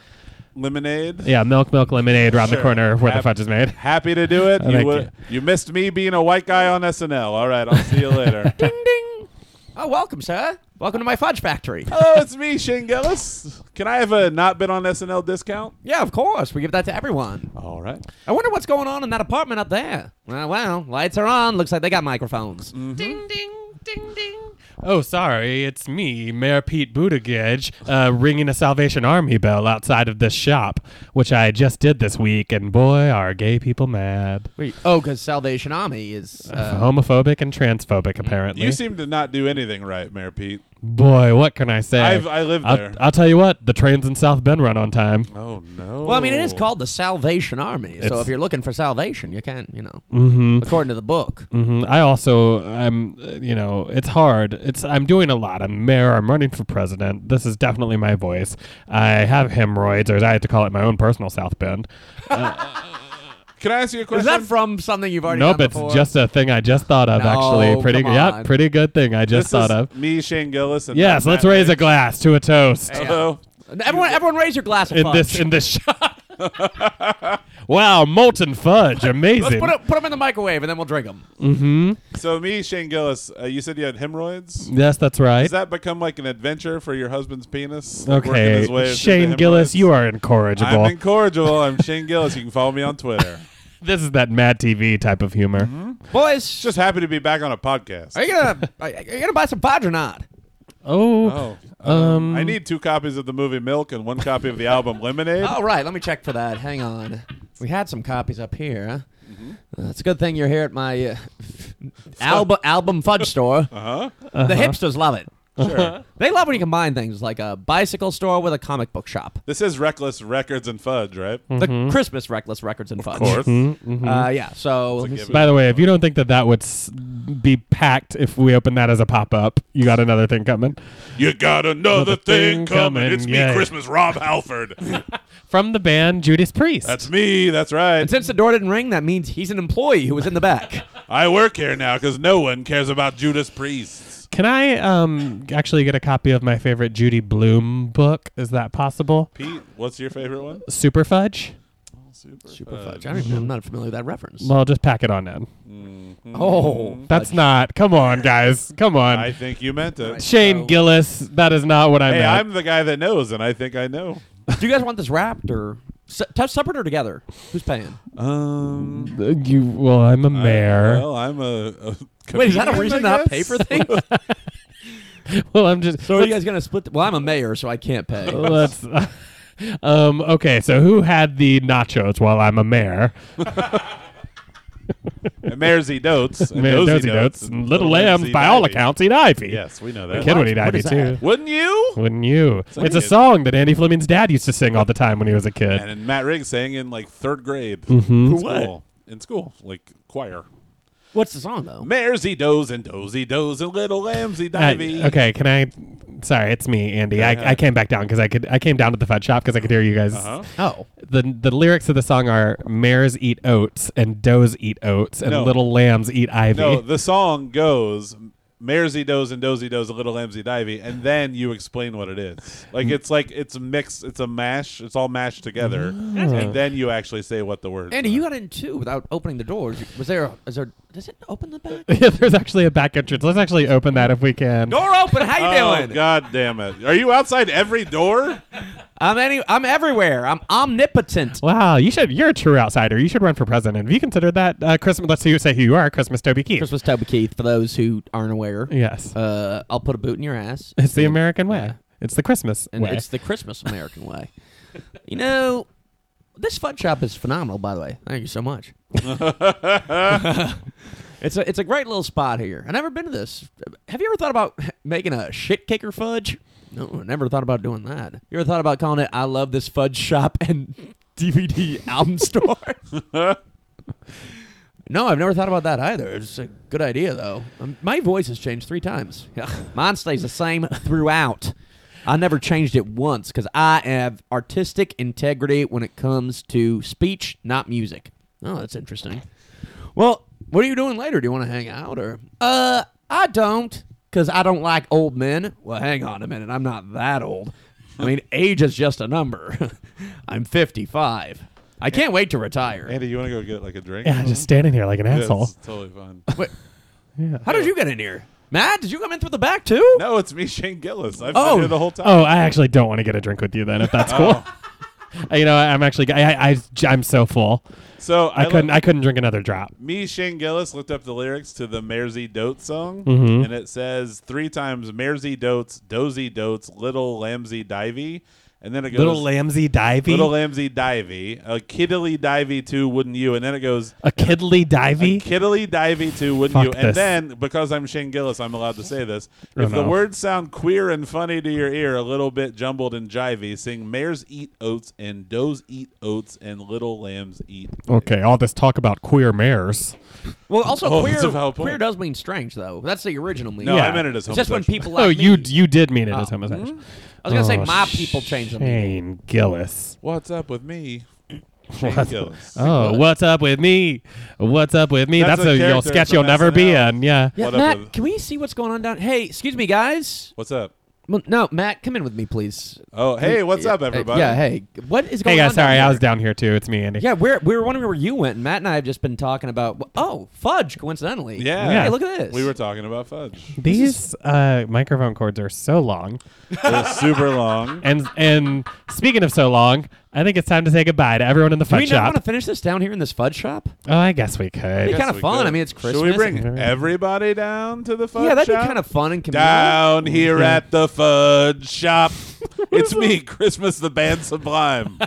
[SPEAKER 2] Lemonade.
[SPEAKER 1] Yeah, Milk Milk Lemonade, round the
[SPEAKER 2] Sure.
[SPEAKER 1] corner where the
[SPEAKER 2] Hap-
[SPEAKER 1] fudge is made.
[SPEAKER 2] Happy to do it.
[SPEAKER 1] Oh,
[SPEAKER 2] you,
[SPEAKER 1] thank
[SPEAKER 2] wa-
[SPEAKER 1] you.
[SPEAKER 2] you missed me being a white guy on SNL. All right, I'll see you later.
[SPEAKER 3] ding ding. Oh, welcome, sir. Welcome to my fudge factory.
[SPEAKER 1] Oh.
[SPEAKER 2] Hello, Oh, it's me, Shane Gillis. Can I have a not been on SNL discount?
[SPEAKER 3] Yeah, of course. We give that to everyone.
[SPEAKER 2] All right.
[SPEAKER 3] I wonder what's going on in that apartment
[SPEAKER 1] Mm.
[SPEAKER 3] up there. Well, well, lights are on. Looks like they got microphones.
[SPEAKER 6] Ding ding ding ding.
[SPEAKER 1] Oh, sorry, it's me, Mayor Pete Buttigieg, uh, ringing a Salvation Army bell outside of this shop, which I just did this week, and boy, are gay people mad.
[SPEAKER 3] Wait. Oh, because Salvation Army is. Uh,
[SPEAKER 1] Homophobic and transphobic, apparently.
[SPEAKER 2] You seem to not do anything right, Mayor Pete.
[SPEAKER 1] boy, what can I say?
[SPEAKER 2] I've, I live
[SPEAKER 1] I'll,
[SPEAKER 2] there.
[SPEAKER 1] I'll tell you what, the trains in South Bend run on time.
[SPEAKER 2] oh no.
[SPEAKER 3] well, I mean, it is called the Salvation Army. so
[SPEAKER 1] It's-
[SPEAKER 3] if you're looking for salvation, you can, you know,
[SPEAKER 1] Mm-hmm.
[SPEAKER 3] according to the book.
[SPEAKER 1] hmm I also, I'm, uh, you know, it's hard. It's I'm doing a lot. I'm mayor. I'm running for president. This is definitely my voice. I have hemorrhoids, or as I had to call it, my own personal South Bend.
[SPEAKER 2] Can I ask you a question?
[SPEAKER 3] Is that from something you've already
[SPEAKER 1] nope,
[SPEAKER 3] done
[SPEAKER 1] it's
[SPEAKER 3] before?
[SPEAKER 1] just a thing I just thought of.
[SPEAKER 3] No,
[SPEAKER 1] actually, pretty
[SPEAKER 3] come
[SPEAKER 1] yeah,
[SPEAKER 3] on.
[SPEAKER 1] pretty good thing I
[SPEAKER 2] This
[SPEAKER 1] just thought
[SPEAKER 2] is
[SPEAKER 1] of.
[SPEAKER 2] me, Shane Gillis, and
[SPEAKER 1] Yes, let's raise a glass to a toast
[SPEAKER 3] Hey,
[SPEAKER 2] Hello.
[SPEAKER 3] Everyone, everyone, raise your glass of
[SPEAKER 1] in
[SPEAKER 3] punch.
[SPEAKER 1] this in this shot. wow, molten fudge,
[SPEAKER 3] Let's
[SPEAKER 1] amazing.
[SPEAKER 3] put, it, put them in the microwave and then we'll drink them.
[SPEAKER 2] So me, Shane Gillis. Uh, you said you had hemorrhoids.
[SPEAKER 1] yes, that's right.
[SPEAKER 2] Does that become like an adventure for your husband's penis? Like, working his way
[SPEAKER 1] Okay,
[SPEAKER 2] through
[SPEAKER 1] Shane
[SPEAKER 2] the
[SPEAKER 1] Gillis,
[SPEAKER 2] hemorrhoids?
[SPEAKER 1] you are incorrigible.
[SPEAKER 2] I'm incorrigible. I'm Shane Gillis. You can follow me on Twitter.
[SPEAKER 1] This is that Mad TV type of humor.
[SPEAKER 2] Hmm?
[SPEAKER 3] Boys,
[SPEAKER 2] Just happy to be back on a podcast.
[SPEAKER 3] are you gonna are you gonna buy some pod or not?
[SPEAKER 1] Oh,
[SPEAKER 2] Oh, um, I need two copies of the movie Milk and one copy of the album Lemonade.
[SPEAKER 3] All right, let me check for that. Hang on. We had some copies up here. Huh?
[SPEAKER 2] Mm-hmm.
[SPEAKER 3] Uh, it's a good thing you're here at my uh, album album fudge store.
[SPEAKER 2] Uh huh.
[SPEAKER 3] The hipsters love it.
[SPEAKER 2] Sure.
[SPEAKER 3] They love when you combine things like a bicycle store with a comic book shop.
[SPEAKER 2] This is Reckless Records and Fudge, right?
[SPEAKER 3] The Christmas Reckless Records and Fudge.
[SPEAKER 2] Mm-hmm. Of course.
[SPEAKER 3] Uh, yeah. So let me
[SPEAKER 2] given.
[SPEAKER 3] see.
[SPEAKER 1] by the way, if you don't think that that would s- be packed if we open that as a pop up, you got another thing coming
[SPEAKER 2] You got another thing
[SPEAKER 1] thing
[SPEAKER 2] coming.
[SPEAKER 1] coming,
[SPEAKER 2] It's me,
[SPEAKER 1] yeah.
[SPEAKER 2] Christmas Rob Halford.
[SPEAKER 1] from the band Judas Priest.
[SPEAKER 2] That's me. That's right.
[SPEAKER 3] And since the door didn't ring, that means he's an employee who was in the back.
[SPEAKER 2] I work here now because no one cares about Judas Priests.
[SPEAKER 1] Can I um actually get a copy of my favorite Judy Bloom book? Is that possible?
[SPEAKER 2] Pete, what's your favorite one?
[SPEAKER 1] Super Fudge.
[SPEAKER 2] Super,
[SPEAKER 3] Super fudge. I don't even, I'm not familiar with that reference.
[SPEAKER 1] Well, just pack it on in.
[SPEAKER 3] Oh,
[SPEAKER 1] That's not. Come on, guys. Come on.
[SPEAKER 2] I think you meant it.
[SPEAKER 1] Shane
[SPEAKER 3] so-
[SPEAKER 1] Gillis. That is not what I
[SPEAKER 2] Hey,
[SPEAKER 1] meant.
[SPEAKER 2] I'm the guy that knows, and I think I know.
[SPEAKER 3] do you guys want this wrapped or se- t- separate or together? Who's paying?
[SPEAKER 2] Um,
[SPEAKER 1] Uh, You. Well, I'm a mayor.
[SPEAKER 2] well, I'm a. a
[SPEAKER 3] Wait, is that a
[SPEAKER 2] comedian,
[SPEAKER 3] reason
[SPEAKER 2] I
[SPEAKER 3] to not pay
[SPEAKER 2] guess?
[SPEAKER 3] for things?
[SPEAKER 1] well, I'm just.
[SPEAKER 3] so are you guys gonna split? The- well, I'm a mayor, so I can't pay.
[SPEAKER 1] Let's. um. Okay. So who had the nachos while I'm a mayor?
[SPEAKER 2] And Mayor's eat oats. and
[SPEAKER 1] Mayor
[SPEAKER 2] Nosy
[SPEAKER 1] Nosy Notes.
[SPEAKER 2] and
[SPEAKER 1] and Little
[SPEAKER 2] Lambs
[SPEAKER 1] Lambs,
[SPEAKER 2] eat
[SPEAKER 1] by all
[SPEAKER 2] ivy.
[SPEAKER 1] accounts, eat ivy.
[SPEAKER 2] Yes, we know
[SPEAKER 1] The
[SPEAKER 2] that.
[SPEAKER 1] kid would eat
[SPEAKER 3] What
[SPEAKER 1] ivy
[SPEAKER 3] is
[SPEAKER 1] too.
[SPEAKER 3] that?
[SPEAKER 2] Wouldn't you?
[SPEAKER 1] Wouldn't you?
[SPEAKER 2] like
[SPEAKER 1] it's a
[SPEAKER 2] it-
[SPEAKER 1] song that Andy Fleming's dad used to sing all the time when he was a kid.
[SPEAKER 2] And then Matt Riggs sang in like third grade.
[SPEAKER 1] Mm-hmm.
[SPEAKER 2] In
[SPEAKER 3] what?
[SPEAKER 2] school. In school, like choir.
[SPEAKER 3] What's the song though?
[SPEAKER 2] Mares he does and dozy does and little lambsy
[SPEAKER 1] Uh,
[SPEAKER 2] divey.
[SPEAKER 1] okay, can I? Sorry, it's me, Andy.
[SPEAKER 2] ahead.
[SPEAKER 1] I, I came back down because I could. I came down to the fudge shop because I could hear you guys.
[SPEAKER 2] Uh-huh.
[SPEAKER 3] Oh,
[SPEAKER 1] The the lyrics of the song are mares eat oats and does eat oats and
[SPEAKER 2] No.
[SPEAKER 1] little lambs eat ivy.
[SPEAKER 2] No, the song goes Mares he does and dozy does and little lambsy divey, and then you explain what it is. Like it's like it's mixed, it's a mash, it's all mashed together,
[SPEAKER 1] Ah.
[SPEAKER 2] and then you actually say what the words.
[SPEAKER 3] Andy,
[SPEAKER 2] are.
[SPEAKER 3] you got in too without opening the doors. Was there? Is there? Does it open the back?
[SPEAKER 1] yeah, there's actually a back entrance. Let's actually open that if we can.
[SPEAKER 3] Door open. How you
[SPEAKER 2] Oh
[SPEAKER 3] doing?
[SPEAKER 2] God damn it! Are you outside every door?
[SPEAKER 3] I'm any. I'm everywhere. I'm omnipotent.
[SPEAKER 1] Wow, you should. You're a true outsider. You should run for president. Have you considered that uh, Christmas? Let's see who say who you are. Christmas Toby Keith.
[SPEAKER 3] Christmas Toby Keith. For those who aren't aware,
[SPEAKER 1] Yes,
[SPEAKER 3] uh, I'll put a boot in your ass.
[SPEAKER 1] it's the American way. It's the Christmas
[SPEAKER 3] and
[SPEAKER 1] way.
[SPEAKER 3] it's the Christmas American way. You know, this fun shop is phenomenal. By the way, thank you so much. it's a it's a great little spot here. I never been to this. Have you ever thought about making a shit kicker fudge? No, I never thought about doing that. You ever thought about calling it "I love this fudge shop" and DVD album store? No, I've never thought about that either. It's a good idea, though. Um, my voice has changed three times. Mine stays the same throughout. I never changed it once because I have artistic integrity when it comes to speech, not music. Oh, that's interesting. Well, what are you doing later? Do you want to hang out or? Uh, I don't, cause I don't like old men. Well, hang on a minute. I'm not that old. I mean, age is just a number. I'm 55. I can't wait to retire.
[SPEAKER 2] Andy, you want to go get like a drink?
[SPEAKER 1] yeah,
[SPEAKER 3] Mhm.
[SPEAKER 1] just standing here like an
[SPEAKER 2] Yeah,
[SPEAKER 1] asshole.
[SPEAKER 2] it's totally fine.
[SPEAKER 3] Wait. How did you get in here? Matt, did you come in through the back too?
[SPEAKER 2] No, it's me, Shane Gillis. I've
[SPEAKER 3] Oh.
[SPEAKER 2] been here the whole time.
[SPEAKER 1] Oh, I actually don't want to get a drink with you then, if that's cool. you know, I'm actually, I, I, I am so full.
[SPEAKER 2] So I,
[SPEAKER 1] I, couldn't,
[SPEAKER 2] looked-
[SPEAKER 1] I couldn't drink another drop.
[SPEAKER 2] me, Shane Gillis, looked up the lyrics to the Mersey Dotes song,
[SPEAKER 1] Mm-hmm.
[SPEAKER 2] and it says three times Mersey Dotes, Dozy Dotes, Little Lamsey Divey, and then it goes
[SPEAKER 1] Little Lamsey divey,
[SPEAKER 2] Little Lamsey Divey, a kiddly divey too, wouldn't you? And then it goes
[SPEAKER 1] a kiddly divey.
[SPEAKER 2] a kiddly divey too, wouldn't
[SPEAKER 1] Fuck
[SPEAKER 2] you? And
[SPEAKER 1] this.
[SPEAKER 2] then because I'm Shane Gillis, I'm allowed to say this.
[SPEAKER 1] Oh,
[SPEAKER 2] if the
[SPEAKER 1] no.
[SPEAKER 2] words sound queer and funny to your ear, a little bit jumbled and jivey, sing mares eat oats and does eat oats and little lambs eat.
[SPEAKER 4] Okay, all this talk about queer mares.
[SPEAKER 3] Well, also
[SPEAKER 2] Oh,
[SPEAKER 3] queer
[SPEAKER 2] that's a valid point.
[SPEAKER 3] queer does mean strange though. That's the original meaning.
[SPEAKER 2] No,
[SPEAKER 1] Yeah.
[SPEAKER 2] I meant it as
[SPEAKER 3] It's just when
[SPEAKER 2] homosexual.
[SPEAKER 3] people like
[SPEAKER 1] oh, you,
[SPEAKER 3] me-
[SPEAKER 1] you did mean it as homosexual.
[SPEAKER 3] Oh, hmm? I was gonna say
[SPEAKER 1] Oh,
[SPEAKER 3] my people change the meaning.
[SPEAKER 1] Shane Gillis.
[SPEAKER 2] What's up with me? Shane Gillis.
[SPEAKER 1] Oh, what's up with me? What's up with me?
[SPEAKER 2] That's
[SPEAKER 1] That's,
[SPEAKER 2] a
[SPEAKER 1] a, your
[SPEAKER 2] character
[SPEAKER 1] sketch
[SPEAKER 2] from
[SPEAKER 1] you'll never be
[SPEAKER 2] SNL.
[SPEAKER 1] in. Yeah.
[SPEAKER 3] Yeah,
[SPEAKER 2] What up
[SPEAKER 3] Matt,
[SPEAKER 2] with-
[SPEAKER 3] can we see what's going on down? Hey, excuse me, guys.
[SPEAKER 2] What's up?
[SPEAKER 3] Well, No, Matt, come in with me, please.
[SPEAKER 2] Oh, hey, what's up,
[SPEAKER 3] Uh,
[SPEAKER 2] everybody?
[SPEAKER 3] Yeah, hey, what is going
[SPEAKER 1] Hey
[SPEAKER 3] on?
[SPEAKER 1] guys,
[SPEAKER 3] down
[SPEAKER 1] sorry, I
[SPEAKER 3] there?
[SPEAKER 1] was down here too. It's me, Andy.
[SPEAKER 3] Yeah, we're we were wondering where you went. And Matt and I have just been talking about. Oh, fudge! Coincidentally,
[SPEAKER 2] Yeah.
[SPEAKER 3] Hey, look at this.
[SPEAKER 2] We were talking about fudge.
[SPEAKER 1] These uh, microphone cords are so long.
[SPEAKER 2] They're super long.
[SPEAKER 1] And and speaking of so long, I think it's time to say goodbye to everyone in the
[SPEAKER 3] Do
[SPEAKER 1] fudge
[SPEAKER 3] we not
[SPEAKER 1] shop.
[SPEAKER 3] want to finish this down here in this fudge shop?
[SPEAKER 1] oh, I guess we could.
[SPEAKER 3] Because-
[SPEAKER 2] Yes,
[SPEAKER 3] kinda
[SPEAKER 2] we
[SPEAKER 3] fun.
[SPEAKER 2] could.
[SPEAKER 3] I mean, it's
[SPEAKER 2] Should we
[SPEAKER 3] Christmas
[SPEAKER 2] bring
[SPEAKER 1] and-
[SPEAKER 2] everybody down to the fudge
[SPEAKER 3] yeah, that'd
[SPEAKER 2] shop?
[SPEAKER 3] be kind of fun and communal.
[SPEAKER 2] Down here at the fudge shop. it's me, Christmas the Band Sublime,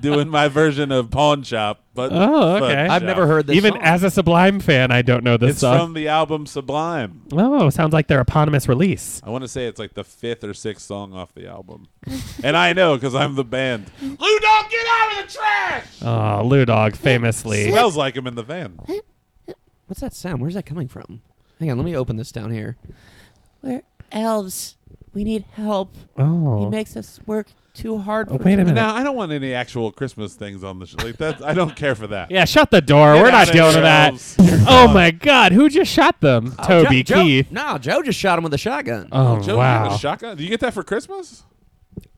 [SPEAKER 2] doing my version of Pawn Shop. But
[SPEAKER 1] Oh,
[SPEAKER 2] Fudge
[SPEAKER 1] okay.
[SPEAKER 3] I've
[SPEAKER 2] Shop.
[SPEAKER 3] never heard this.
[SPEAKER 1] Even
[SPEAKER 3] song.
[SPEAKER 1] as a Sublime fan, I don't know this
[SPEAKER 2] It's
[SPEAKER 1] song.
[SPEAKER 2] from the album Sublime.
[SPEAKER 1] oh, sounds like their eponymous release.
[SPEAKER 2] I want to say it's like the fifth or sixth song off the album. and I know because I'm the band. Lou, don't get out of the trash!
[SPEAKER 1] Oh, Lou Dog, famously.
[SPEAKER 2] Smells like him in the van.
[SPEAKER 3] What's that sound? Where's that coming from? Hang on, let me open this down here.
[SPEAKER 6] We're elves. We need help. He
[SPEAKER 1] Oh.
[SPEAKER 6] makes us work too hard. For
[SPEAKER 1] Wait a
[SPEAKER 6] him.
[SPEAKER 1] minute.
[SPEAKER 2] Now I don't want any actual Christmas things on the show. Like that, I don't care for that.
[SPEAKER 1] Yeah, shut the door.
[SPEAKER 2] Get
[SPEAKER 1] We're
[SPEAKER 2] out
[SPEAKER 1] not
[SPEAKER 2] of
[SPEAKER 1] dealing with that.
[SPEAKER 2] yourselves.
[SPEAKER 1] Oh my God, who just shot them? Oh, Toby
[SPEAKER 3] Oh, Joe, Joe-
[SPEAKER 1] Keith.
[SPEAKER 3] no, Joe just shot him with a shotgun.
[SPEAKER 1] Oh
[SPEAKER 2] Joe, you got
[SPEAKER 1] wow,
[SPEAKER 2] a shotgun? Did you get that for Christmas?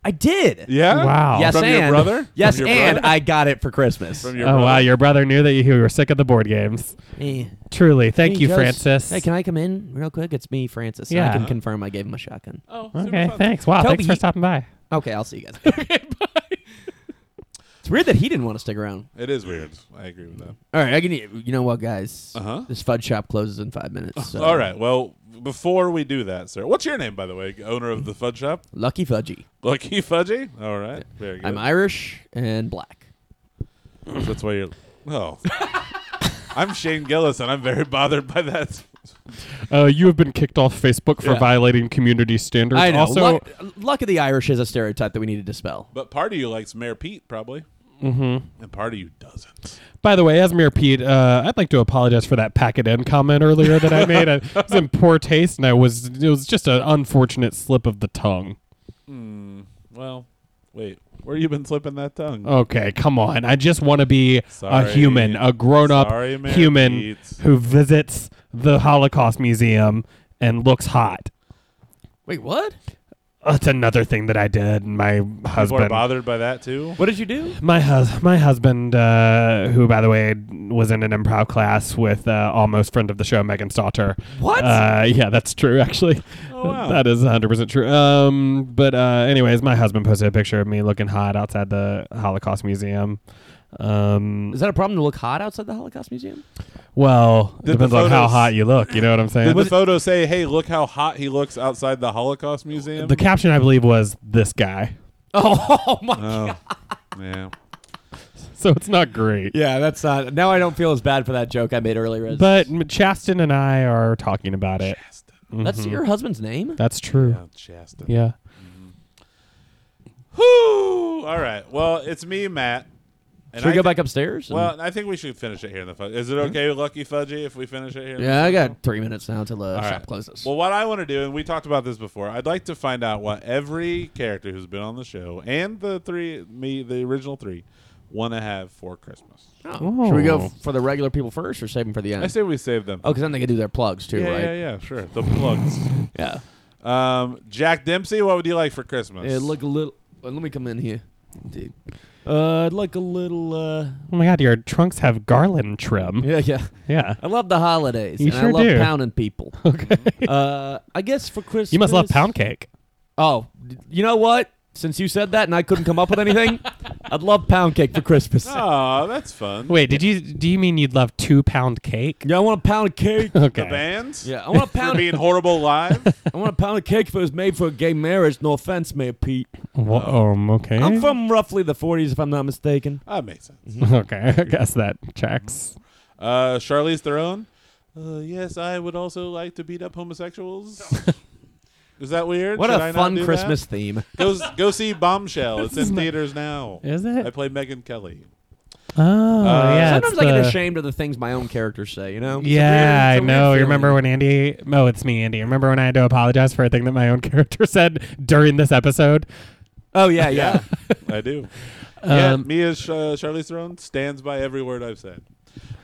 [SPEAKER 3] I did.
[SPEAKER 2] Yeah.
[SPEAKER 1] wow.
[SPEAKER 3] Yes,
[SPEAKER 2] From your
[SPEAKER 3] and
[SPEAKER 2] brother?
[SPEAKER 3] Yes,
[SPEAKER 2] From your
[SPEAKER 3] and
[SPEAKER 2] brother?
[SPEAKER 3] I got it for Christmas.
[SPEAKER 2] From
[SPEAKER 1] Oh
[SPEAKER 2] your brother?
[SPEAKER 1] wow, your brother knew that you you were sick of the board games.
[SPEAKER 3] Hey,
[SPEAKER 1] Truly, thank
[SPEAKER 3] hey,
[SPEAKER 1] you,
[SPEAKER 3] Joe's-
[SPEAKER 1] Francis.
[SPEAKER 3] Hey, can I come in real quick? It's me, Francis. and I
[SPEAKER 1] Yeah.
[SPEAKER 3] can confirm I gave him a shotgun.
[SPEAKER 2] Oh,
[SPEAKER 1] okay, thanks. Wow,
[SPEAKER 3] Toby,
[SPEAKER 1] thanks for
[SPEAKER 3] you-
[SPEAKER 1] stopping by.
[SPEAKER 3] Okay, I'll see you guys. okay, bye. It's weird that he didn't want to stick around.
[SPEAKER 2] It is weird.
[SPEAKER 4] Mm.
[SPEAKER 2] I agree with that.
[SPEAKER 3] All right, I can. You know what, guys?
[SPEAKER 2] Uh-huh.
[SPEAKER 3] This fudge shop closes in five minutes. So.
[SPEAKER 2] All
[SPEAKER 4] um,
[SPEAKER 2] right. Well, before we do that, sir, what's your name, by the way? Owner of the fudge shop,
[SPEAKER 3] Lucky Fudgy.
[SPEAKER 2] Lucky Fudgy. All right. Very good.
[SPEAKER 3] I'm Irish and black.
[SPEAKER 2] That's why you're. Oh. I'm Shane Gillis, and I'm very bothered by that.
[SPEAKER 4] Uh, you have been kicked off Facebook for
[SPEAKER 2] Yeah.
[SPEAKER 4] violating community standards.
[SPEAKER 3] I know.
[SPEAKER 4] Also,
[SPEAKER 3] luck, luck of the Irish is a stereotype that we need to dispel.
[SPEAKER 2] But part of you likes Mayor Pete, probably. Mm-hmm. And part of you doesn't.
[SPEAKER 4] by the way, Asmir Pete, uh, I'd like to apologize for that pack it in comment earlier that I made. it was in poor taste, and I was it was just an unfortunate slip of the tongue.
[SPEAKER 2] Well, wait. Where you been slipping that tongue?
[SPEAKER 4] Okay, come on. I just want to be
[SPEAKER 2] Sorry.
[SPEAKER 4] a human, a grown up
[SPEAKER 2] Sorry, Mayor
[SPEAKER 4] human
[SPEAKER 2] Pete.
[SPEAKER 4] who visits the Holocaust Museum and looks hot.
[SPEAKER 3] Wait, what?
[SPEAKER 4] That's another thing that I did. and My
[SPEAKER 2] People are
[SPEAKER 4] husband
[SPEAKER 2] bothered by that too.
[SPEAKER 3] What did you do?
[SPEAKER 4] my hus- my husband, uh, who by the way was in an improv class with uh, almost friend of the show Megan Stotter.
[SPEAKER 3] What?
[SPEAKER 4] Uh, yeah, that's true. Actually,
[SPEAKER 2] Oh, wow.
[SPEAKER 4] that is 100 percent true. Um, but uh, anyways, my husband posted a picture of me looking hot outside the Holocaust Museum. Um,
[SPEAKER 3] Is that a problem to look hot outside the Holocaust Museum?
[SPEAKER 4] well,
[SPEAKER 2] the
[SPEAKER 4] depends on how
[SPEAKER 2] photos-
[SPEAKER 4] hot you look. You know what I'm saying?
[SPEAKER 2] Did the photo say, "Hey, look how hot he looks outside the Holocaust Museum"?
[SPEAKER 4] the caption I believe was this guy.
[SPEAKER 3] Oh my!
[SPEAKER 2] oh, yeah.
[SPEAKER 4] So it's not great.
[SPEAKER 3] Yeah, that's not. Now I don't feel as bad for that joke I made earlier.
[SPEAKER 4] But m- Chaston and I are talking about it.
[SPEAKER 3] that's your husbandand's name.
[SPEAKER 4] That's true.
[SPEAKER 2] Yeah, Shasta.
[SPEAKER 4] Yeah.
[SPEAKER 2] Whew. All right. Well, it's me, Matt. And
[SPEAKER 3] Should we
[SPEAKER 2] I
[SPEAKER 3] go
[SPEAKER 2] thi-
[SPEAKER 3] back upstairs? and-
[SPEAKER 2] Well, I think we should finish it here in the fudge. Is it okay, Lucky Fudgy, if we finish it here? in the
[SPEAKER 3] Hmm? yeah, I
[SPEAKER 2] fudge?
[SPEAKER 3] got three minutes now till the
[SPEAKER 2] All
[SPEAKER 3] shop
[SPEAKER 2] right.
[SPEAKER 3] closes.
[SPEAKER 2] Well, what I want to do, and we talked about this before, I'd like to find out what every character who's been on the show and the three, me, the original three, want to have for Christmas.
[SPEAKER 3] Oh. Should we go f- for the regular people first, or save them for the end?
[SPEAKER 2] I say we save them.
[SPEAKER 3] oh, because then they can do their plugs too,
[SPEAKER 2] yeah,
[SPEAKER 3] right?
[SPEAKER 2] yeah, yeah, sure. The plugs.
[SPEAKER 3] yeah.
[SPEAKER 2] Um, Jack Dempsey, what would you like for Christmas?
[SPEAKER 3] It'd look a little. uh, let me come in here, dude. Uh, I'd like a little. Uh,
[SPEAKER 1] Oh my God, your trunks have garland trim.
[SPEAKER 3] yeah, yeah.
[SPEAKER 1] Yeah.
[SPEAKER 3] I love the holidays.
[SPEAKER 1] You
[SPEAKER 3] and I
[SPEAKER 1] sure
[SPEAKER 3] love
[SPEAKER 1] do.
[SPEAKER 3] pounding people. Okay. Uh, I guess for Christmas.
[SPEAKER 1] You must love pound cake.
[SPEAKER 3] Oh, d- you know what? since you said that and I couldn't come up with anything, I'd love pound cake for Christmas.
[SPEAKER 2] Oh, that's fun.
[SPEAKER 1] Wait, did you do you mean you'd love two pound cake?
[SPEAKER 3] Yeah, I want a pound of cake.
[SPEAKER 2] The
[SPEAKER 1] Okay.
[SPEAKER 2] bands?
[SPEAKER 3] Yeah, I want a
[SPEAKER 2] For
[SPEAKER 3] pound.
[SPEAKER 2] being horrible live?
[SPEAKER 3] I want a pound of cake if it was made for a gay marriage. No offense, Mayor Pete.
[SPEAKER 1] Wha- um, okay.
[SPEAKER 3] I'm from roughly the 40s, if I'm not mistaken.
[SPEAKER 2] that makes sense.
[SPEAKER 1] okay, I guess that checks.
[SPEAKER 2] Uh, Charlize Theron? Uh, yes, I would also like to beat up homosexuals. Is that weird?
[SPEAKER 3] What
[SPEAKER 2] Should I
[SPEAKER 3] a
[SPEAKER 2] not
[SPEAKER 3] fun
[SPEAKER 2] do that?
[SPEAKER 3] Christmas theme.
[SPEAKER 2] Go, s- go see Bombshell. It's in theaters now.
[SPEAKER 1] Is
[SPEAKER 2] I
[SPEAKER 1] it?
[SPEAKER 2] play Megan Kelly.
[SPEAKER 1] Oh,
[SPEAKER 2] Uh,
[SPEAKER 1] yeah.
[SPEAKER 3] Sometimes
[SPEAKER 1] it's
[SPEAKER 3] I get
[SPEAKER 1] the-
[SPEAKER 3] ashamed of the things my own characters say, you
[SPEAKER 1] Yeah,
[SPEAKER 3] know? It's a weird- it's a
[SPEAKER 1] I
[SPEAKER 3] weird
[SPEAKER 1] know. You
[SPEAKER 3] feeling.
[SPEAKER 1] remember when Andy? Oh, it's me, Andy. Remember when I had to apologize for a thing that my own character said during this episode?
[SPEAKER 3] Oh, yeah, yeah.
[SPEAKER 2] I do. yeah,
[SPEAKER 1] Um,
[SPEAKER 2] me as uh, Charlize Theron stands by every word I've said.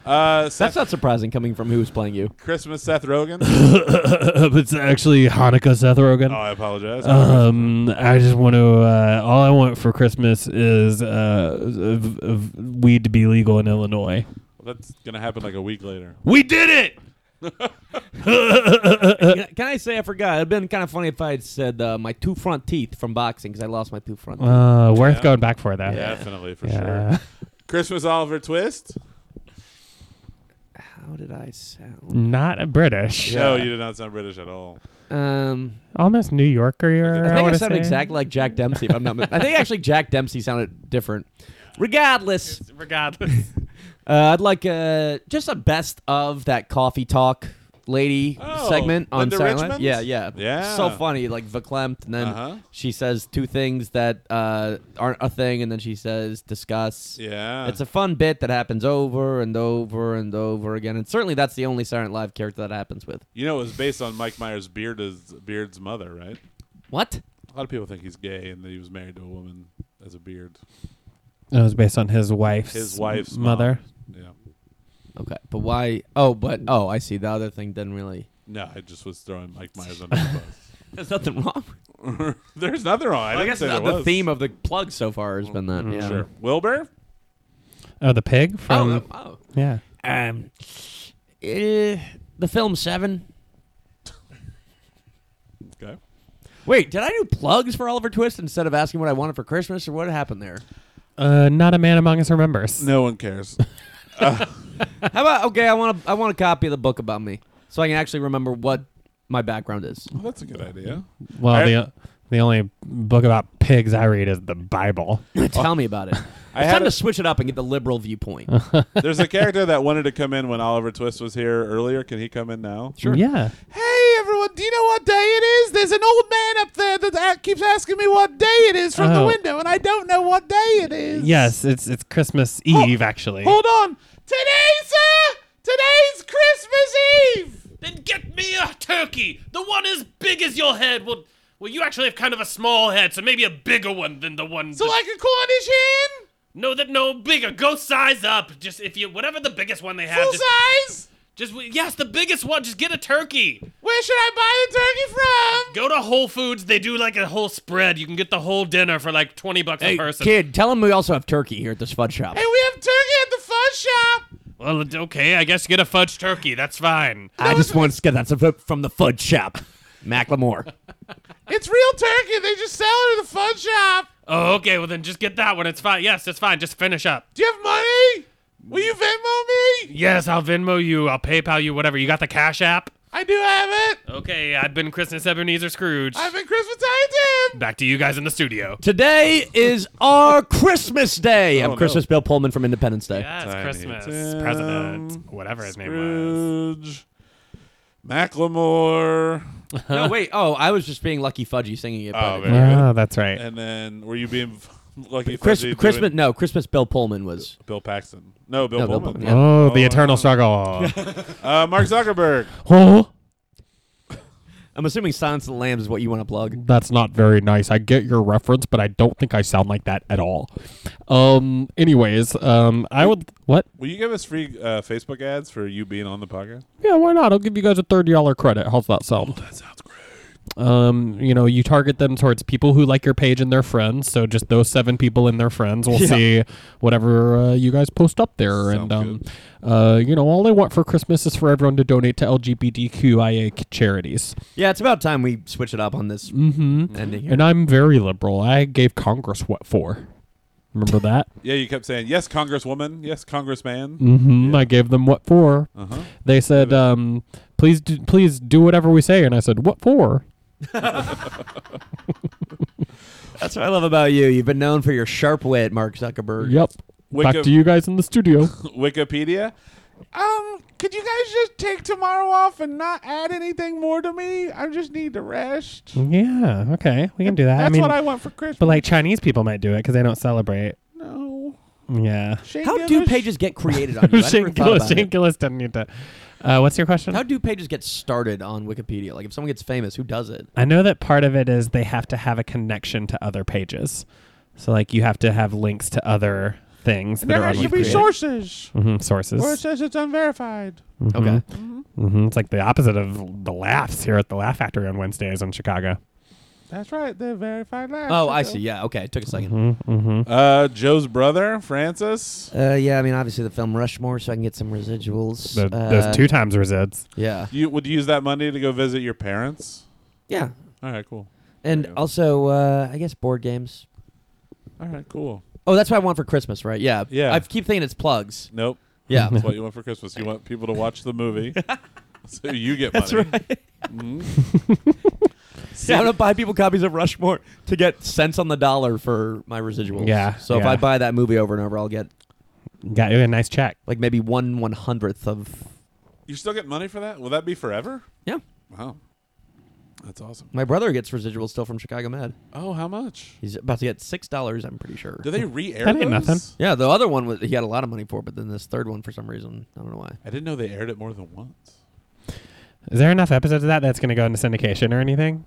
[SPEAKER 2] Uh, Seth,
[SPEAKER 3] That's not surprising coming from who's playing you.
[SPEAKER 2] Christmas Seth Rogen. oh,
[SPEAKER 1] it's actually Hanukkah, Seth Rogen.
[SPEAKER 2] I apologize.
[SPEAKER 3] Uh,
[SPEAKER 1] Um, I just want to. Uh, all I want for Christmas is uh, v- v- weed to be legal in Illinois.
[SPEAKER 2] That's gonna happen like a week later.
[SPEAKER 1] We did it. Uh,
[SPEAKER 3] Can can I say I forgot? It'd been kind of funny if I had said uh, my two front teeth from boxing because I lost my two front. teeth.
[SPEAKER 1] Uh, worth
[SPEAKER 2] Yeah.
[SPEAKER 1] going back for though.
[SPEAKER 2] Definitely for
[SPEAKER 1] Yeah.
[SPEAKER 2] sure. Christmas Oliver Twist.
[SPEAKER 3] How did I sound?
[SPEAKER 1] Not a British.
[SPEAKER 2] No, you did not sound British at all.
[SPEAKER 3] Um,
[SPEAKER 1] Almost New Yorker.
[SPEAKER 3] I think I,
[SPEAKER 1] wanna
[SPEAKER 3] sounded
[SPEAKER 1] say.
[SPEAKER 3] exactly like Jack Dempsey. If I'm not, mi- I think actually Jack Dempsey sounded different. Regardless,
[SPEAKER 1] Regardless.
[SPEAKER 3] uh, I'd like uh, just a best of that coffee talk lady
[SPEAKER 2] Oh,
[SPEAKER 3] segment on
[SPEAKER 2] Linda
[SPEAKER 3] Saturday Night-
[SPEAKER 2] Richmond?
[SPEAKER 3] Yeah, yeah,
[SPEAKER 2] Yeah.
[SPEAKER 3] So funny, like verklempt, and then
[SPEAKER 2] Uh-huh.
[SPEAKER 3] she says two things that uh, aren't a thing, and then she says discuss.
[SPEAKER 2] Yeah.
[SPEAKER 3] It's a fun bit that happens over and over and over again, and certainly that's the only Silent Live character that happens with.
[SPEAKER 2] you know it was based on Mike Myers Beard's Beard's mother, right?
[SPEAKER 3] What?
[SPEAKER 2] A lot of people think he's gay and that he was married to a woman as a beard.
[SPEAKER 1] It was based on his wife's
[SPEAKER 2] His wife's mom.
[SPEAKER 1] mother.
[SPEAKER 2] Yeah.
[SPEAKER 3] Okay, but why? Oh, but oh, I see. The other thing didn't really.
[SPEAKER 2] No, I just was throwing Mike Myers under the
[SPEAKER 3] There's nothing wrong.
[SPEAKER 2] bus. There's nothing wrong. I,
[SPEAKER 3] I,
[SPEAKER 2] didn't
[SPEAKER 3] guess
[SPEAKER 2] say
[SPEAKER 3] the,
[SPEAKER 2] there
[SPEAKER 3] uh, the
[SPEAKER 2] was. Mm-hmm.
[SPEAKER 3] theme of the plug so far has been that. Yeah.
[SPEAKER 2] Sure. Wilbur.
[SPEAKER 1] Oh, the pig from.
[SPEAKER 3] Oh, oh.
[SPEAKER 1] Yeah.
[SPEAKER 3] Um, eh, the film Seven.
[SPEAKER 2] Okay.
[SPEAKER 3] Wait, did I do plugs for Oliver Twist instead of asking what I wanted for Christmas, or what happened there?
[SPEAKER 4] oh.
[SPEAKER 1] Uh, not a man among us remembers.
[SPEAKER 2] No one cares.
[SPEAKER 3] How about okay? I want to I want a copy of the book about me, so I can actually remember what my background is.
[SPEAKER 2] Well, that's a good idea.
[SPEAKER 1] Well,
[SPEAKER 2] I-
[SPEAKER 1] the the only book about pigs I read is the Bible.
[SPEAKER 3] Tell me about it.
[SPEAKER 2] I
[SPEAKER 3] it's
[SPEAKER 2] had
[SPEAKER 3] time
[SPEAKER 2] a-
[SPEAKER 3] to switch it up and get the liberal viewpoint.
[SPEAKER 2] There's a character that wanted to come in when Oliver Twist was here earlier. Can he come in now?
[SPEAKER 3] Sure.
[SPEAKER 1] Yeah.
[SPEAKER 2] Hey, everyone, do you know what day it is? There's an old man up there that a- keeps asking me what day it is from the
[SPEAKER 1] Oh.
[SPEAKER 2] window, and I don't know what day it is.
[SPEAKER 1] Yes, it's it's Christmas Eve actually.
[SPEAKER 2] Hold on. Today, sir! Today's Christmas Eve!
[SPEAKER 4] Then get me a turkey. The one as big as your head. Well, well, you actually have kind of a small head, so maybe a bigger one than the one.
[SPEAKER 2] So,
[SPEAKER 4] that-
[SPEAKER 2] like a Cornish hen?
[SPEAKER 4] no, that no bigger. Go size up. Just if you whatever the biggest one they have.
[SPEAKER 2] Full
[SPEAKER 4] just,
[SPEAKER 2] size?
[SPEAKER 4] just yes, the biggest one. Just get a turkey.
[SPEAKER 2] Where should I buy the turkey from?
[SPEAKER 4] Go to Whole Foods. They do like a whole spread. You can get the whole dinner for like twenty bucks
[SPEAKER 3] Hey,
[SPEAKER 4] a person.
[SPEAKER 3] kid, tell him we also have turkey here at this fudge shop.
[SPEAKER 2] And we have turkey at the fun shop.
[SPEAKER 4] Well, it- okay, I guess get a fudge turkey. That's fine.
[SPEAKER 3] I just want to get that stuff from the fudge shop. Macklemore.
[SPEAKER 2] It's real turkey. They just sell it at the fun shop.
[SPEAKER 4] Oh, okay. Well, then just get that one. It's fine. Yes, it's fine. Just finish up.
[SPEAKER 2] Do you have money? Will you Venmo me?
[SPEAKER 4] Yes, I'll Venmo you. I'll PayPal you. Whatever. You got the Cash App?
[SPEAKER 2] I do have it.
[SPEAKER 4] Okay, I've been Christmas Ebenezer Scrooge.
[SPEAKER 2] I've been Christmas time, Tim.
[SPEAKER 4] Back to you guys in the studio.
[SPEAKER 3] Today is our Christmas day.
[SPEAKER 2] no.
[SPEAKER 3] I'm Christmas Bill Pullman from Independence Day.
[SPEAKER 4] Yes,
[SPEAKER 2] Tiny
[SPEAKER 4] Christmas.
[SPEAKER 2] Tim
[SPEAKER 4] President. Whatever his name was.
[SPEAKER 2] Scrooge. Macklemore.
[SPEAKER 3] No, wait. Oh, I was just being Lucky Fudgy singing it.
[SPEAKER 2] Oh,
[SPEAKER 3] but
[SPEAKER 2] very good.
[SPEAKER 1] Oh, that's right.
[SPEAKER 2] And then were you being lucky?
[SPEAKER 3] Chris,
[SPEAKER 2] Fuzzy
[SPEAKER 3] Christmas.
[SPEAKER 2] doing
[SPEAKER 3] No, Christmas Bill Pullman was.
[SPEAKER 2] Bill Paxton. No, Bill
[SPEAKER 3] No, Bill
[SPEAKER 2] Pullman.
[SPEAKER 3] Pullman,
[SPEAKER 1] Oh,
[SPEAKER 2] Oh,
[SPEAKER 1] the eternal
[SPEAKER 2] no.
[SPEAKER 1] struggle.
[SPEAKER 2] Uh, Mark Zuckerberg.
[SPEAKER 1] oh,
[SPEAKER 3] I'm assuming Silence of the Lambs is what you want to plug.
[SPEAKER 1] that's not very nice. I get your reference, but I don't think I sound like that at all. Um. Anyways, um, I would what?
[SPEAKER 2] Will you give us free uh, Facebook ads for you being on the podcast?
[SPEAKER 1] Yeah, why not? I'll give you guys a thirty dollar credit. How's that sound?
[SPEAKER 2] Oh, That sounds great.
[SPEAKER 4] Um, you know, you target them towards people who like your page and their friends. So just those seven people and their friends will see whatever uh, you guys post up there. and um, uh, you know, all I want for Christmas is for everyone to donate to LGBTQIA c- charities. Mm-hmm.
[SPEAKER 3] Yeah, it's about time we switch it up on this ending. Here.
[SPEAKER 4] And I'm very liberal. I gave Congress what for? Remember that?
[SPEAKER 2] Yeah, you kept saying yes, Congresswoman, yes, Congressman.
[SPEAKER 3] Mm.
[SPEAKER 1] Mm-hmm.
[SPEAKER 4] hmm I gave them what for.
[SPEAKER 2] Uh-huh.
[SPEAKER 4] They said, um, "Please, do, please do whatever we say." And I said, "What for?"
[SPEAKER 3] That's what I love about you. You've been known for your sharp wit, Mark Zuckerberg.
[SPEAKER 4] Yep.
[SPEAKER 2] Wicca-
[SPEAKER 4] Back to you guys in the studio.
[SPEAKER 2] Wikipedia. Um, could you guys just take tomorrow off and not add anything more to me? I just need to rest.
[SPEAKER 1] Yeah. Okay. We can do that.
[SPEAKER 2] That's
[SPEAKER 1] I mean,
[SPEAKER 2] what I want for Christmas.
[SPEAKER 1] but like Chinese people might do it because they don't celebrate.
[SPEAKER 2] no.
[SPEAKER 1] Yeah.
[SPEAKER 2] Shane
[SPEAKER 3] How do
[SPEAKER 2] Gillis-
[SPEAKER 3] pages get created on you? I never
[SPEAKER 1] Shane
[SPEAKER 3] thought
[SPEAKER 1] Gillis,
[SPEAKER 3] about
[SPEAKER 1] Shane
[SPEAKER 3] it.
[SPEAKER 1] Gillis doesn't need to. Uh, what's your question?
[SPEAKER 3] How do pages get started on Wikipedia? Like, if someone gets famous, who does it?
[SPEAKER 1] I know that part of it is they have to have a connection to other pages. So like you have to have links to other things that
[SPEAKER 2] There
[SPEAKER 1] are on
[SPEAKER 2] has to be
[SPEAKER 1] Wikipedia.
[SPEAKER 2] sources,
[SPEAKER 1] hmm
[SPEAKER 2] or it
[SPEAKER 1] sources.
[SPEAKER 2] says it's unverified.
[SPEAKER 3] Okay.
[SPEAKER 1] hmm It's like the opposite of the laughs here at the Laugh Factory on Wednesdays in Chicago.
[SPEAKER 2] That's right, the verified lab.
[SPEAKER 3] Oh, I see. Yeah. Okay. Took a second.
[SPEAKER 1] Mm-hmm,
[SPEAKER 2] Uh, Joe's brother, Francis.
[SPEAKER 3] Uh, yeah, I mean, obviously the film Rushmore, so I can get some residuals.
[SPEAKER 1] The,
[SPEAKER 3] Uh,
[SPEAKER 1] those two times resids.
[SPEAKER 3] Yeah.
[SPEAKER 2] You would you use that money to go visit your parents.
[SPEAKER 3] Yeah.
[SPEAKER 2] All right, cool.
[SPEAKER 3] And
[SPEAKER 2] There you go.
[SPEAKER 3] also, uh, I guess board games.
[SPEAKER 2] All right, cool.
[SPEAKER 3] Oh, that's what I want for Christmas, right? Yeah.
[SPEAKER 2] Yeah.
[SPEAKER 3] I keep thinking it's plugs.
[SPEAKER 2] Nope.
[SPEAKER 3] Yeah.
[SPEAKER 2] That's what you want for Christmas. You want people to watch the movie, so you get money. Mm-hmm.
[SPEAKER 3] Yeah, I'm gonna buy people copies of Rushmore to get cents on the dollar for my residuals.
[SPEAKER 1] Yeah,
[SPEAKER 3] So if
[SPEAKER 1] yeah.
[SPEAKER 3] I buy that movie over and over, I'll get
[SPEAKER 1] Got you a nice check.
[SPEAKER 3] like maybe one one hundredth of.
[SPEAKER 2] You still get money for that? Will that be forever?
[SPEAKER 3] Yeah.
[SPEAKER 2] Wow, that's awesome.
[SPEAKER 3] My brother gets residuals still from Chicago Med.
[SPEAKER 2] Oh, how much?
[SPEAKER 3] He's about to get six dollars. I'm pretty sure.
[SPEAKER 2] Do they re-air
[SPEAKER 1] That ain't
[SPEAKER 2] those?
[SPEAKER 1] nothing.
[SPEAKER 3] Yeah. The other one was he had a lot of money for, but then this third one for some reason I don't know why.
[SPEAKER 2] I didn't know they aired it more than once.
[SPEAKER 1] Is there enough episodes of that that's going to go into syndication or anything?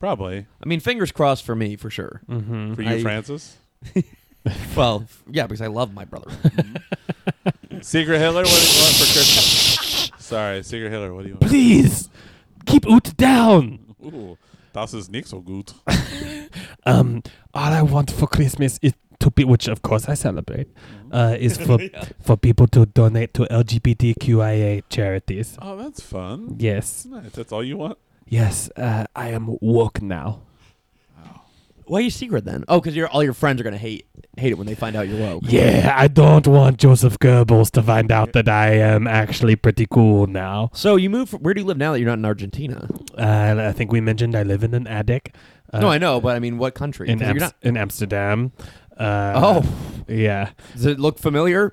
[SPEAKER 2] Probably
[SPEAKER 3] I mean, fingers crossed for me for sure.
[SPEAKER 1] Mm-hmm.
[SPEAKER 2] for you,
[SPEAKER 3] I-
[SPEAKER 2] Francis.
[SPEAKER 3] Well, f- yeah, because I love my brother.
[SPEAKER 2] Secret Hitler, what do you want for Christmas? Sorry, Secret Hitler, what do you want?
[SPEAKER 1] Please keep Oot down.
[SPEAKER 2] Ooh, das ist nicht so gut.
[SPEAKER 1] um, all I want for Christmas is to be, which of course I celebrate, uh, is for for people to donate to LGBTQIA charities.
[SPEAKER 2] Oh, that's fun.
[SPEAKER 1] Yes,
[SPEAKER 2] Nice. That's all you want?
[SPEAKER 1] yes, uh, I am woke now.
[SPEAKER 3] Why are you secret then? Oh, because all your friends are gonna hate hate it when they find out you're woke.
[SPEAKER 1] Yeah, I don't want Joseph Goebbels to find out that I am actually pretty cool now.
[SPEAKER 3] So you move. From, where do you live now that you're not in Argentina?
[SPEAKER 1] Uh, and I think we mentioned I live in an attic. Uh,
[SPEAKER 3] no, I know, but I mean, what country?
[SPEAKER 1] in
[SPEAKER 3] 'Cause you're
[SPEAKER 1] Ams-
[SPEAKER 3] not-
[SPEAKER 1] in Amsterdam. Uh,
[SPEAKER 3] oh,
[SPEAKER 1] yeah.
[SPEAKER 3] does it look familiar?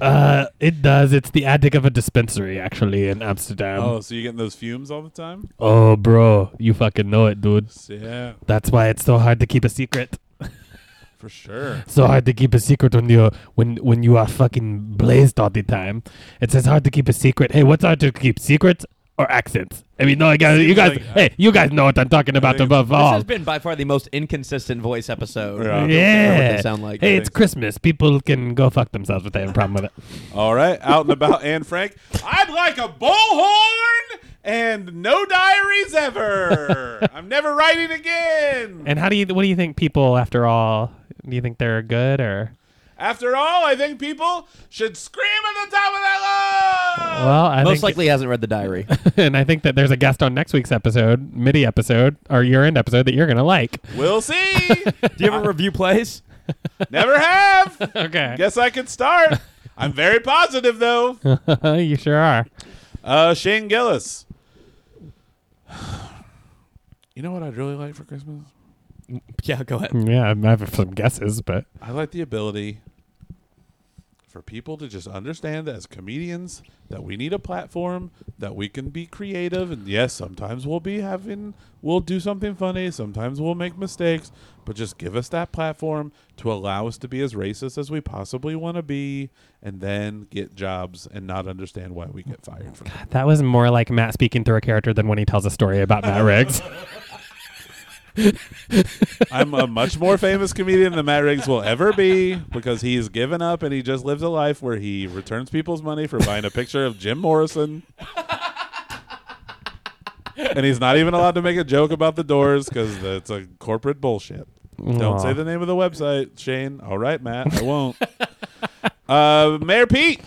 [SPEAKER 1] Uh, it does. It's the attic of a dispensary, actually, in Amsterdam.
[SPEAKER 2] oh, so you're getting those fumes all the time?
[SPEAKER 1] Oh, bro, you fucking know it, dude.
[SPEAKER 2] Yeah,
[SPEAKER 1] That's why it's so hard to keep a secret.
[SPEAKER 2] for sure.
[SPEAKER 1] So hard to keep a secret when you when when you are fucking blazed all the time. It's as hard to keep a secret. Hey, what's hard to keep secrets or accents? I mean, no, I guess, you
[SPEAKER 2] Seems
[SPEAKER 1] guys.
[SPEAKER 2] like-
[SPEAKER 1] hey, you guys know what I'm talking about
[SPEAKER 2] think-
[SPEAKER 1] above
[SPEAKER 3] This
[SPEAKER 1] all.
[SPEAKER 3] has been by far the most inconsistent voice
[SPEAKER 2] Yeah.
[SPEAKER 3] episode. I don't know what
[SPEAKER 1] yeah.
[SPEAKER 3] they sound like.
[SPEAKER 1] hey, it's
[SPEAKER 2] so.
[SPEAKER 1] Christmas. People can go fuck themselves if they have a problem with it.
[SPEAKER 2] All right, out and about, and Frank. I'd like a bullhorn and no diaries ever. I'm never writing again.
[SPEAKER 1] And how do you? What do you think people, after all, do you think they're good or?
[SPEAKER 2] After all, I think people should scream at the top of their lungs.
[SPEAKER 1] Well, I
[SPEAKER 3] Most
[SPEAKER 1] think,
[SPEAKER 3] likely hasn't read the diary.
[SPEAKER 1] and I think that there's a guest on next week's episode, midi episode, or year end episode that you're gonna like.
[SPEAKER 2] We'll see.
[SPEAKER 3] do you ever review plays?
[SPEAKER 2] Never have.
[SPEAKER 1] Okay.
[SPEAKER 2] Guess I could start. I'm very positive though.
[SPEAKER 1] you sure are.
[SPEAKER 2] Uh, Shane Gillis. You know what I'd really like for Christmas?
[SPEAKER 3] Yeah, go ahead.
[SPEAKER 1] Yeah, I have some guesses, but
[SPEAKER 2] I like the ability for people to just understand that as comedians that we need a platform that we can be creative and yes sometimes we'll be having we'll do something funny sometimes we'll make mistakes but just give us that platform to allow us to be as racist as we possibly want to be and then get jobs and not understand why we get fired from it.
[SPEAKER 1] that was more like Matt speaking through a character than when he tells a story about Matt Riggs.
[SPEAKER 2] I'm a much more famous comedian than Matt Riggs will ever be because he's given up and he just lives a life where he returns people's money for buying a picture of Jim Morrison and he's not even allowed to make a joke about the doors because it's a corporate bullshit. Don't say the name of the website, Shane. All right, Matt, I won't. uh, Mayor Pete.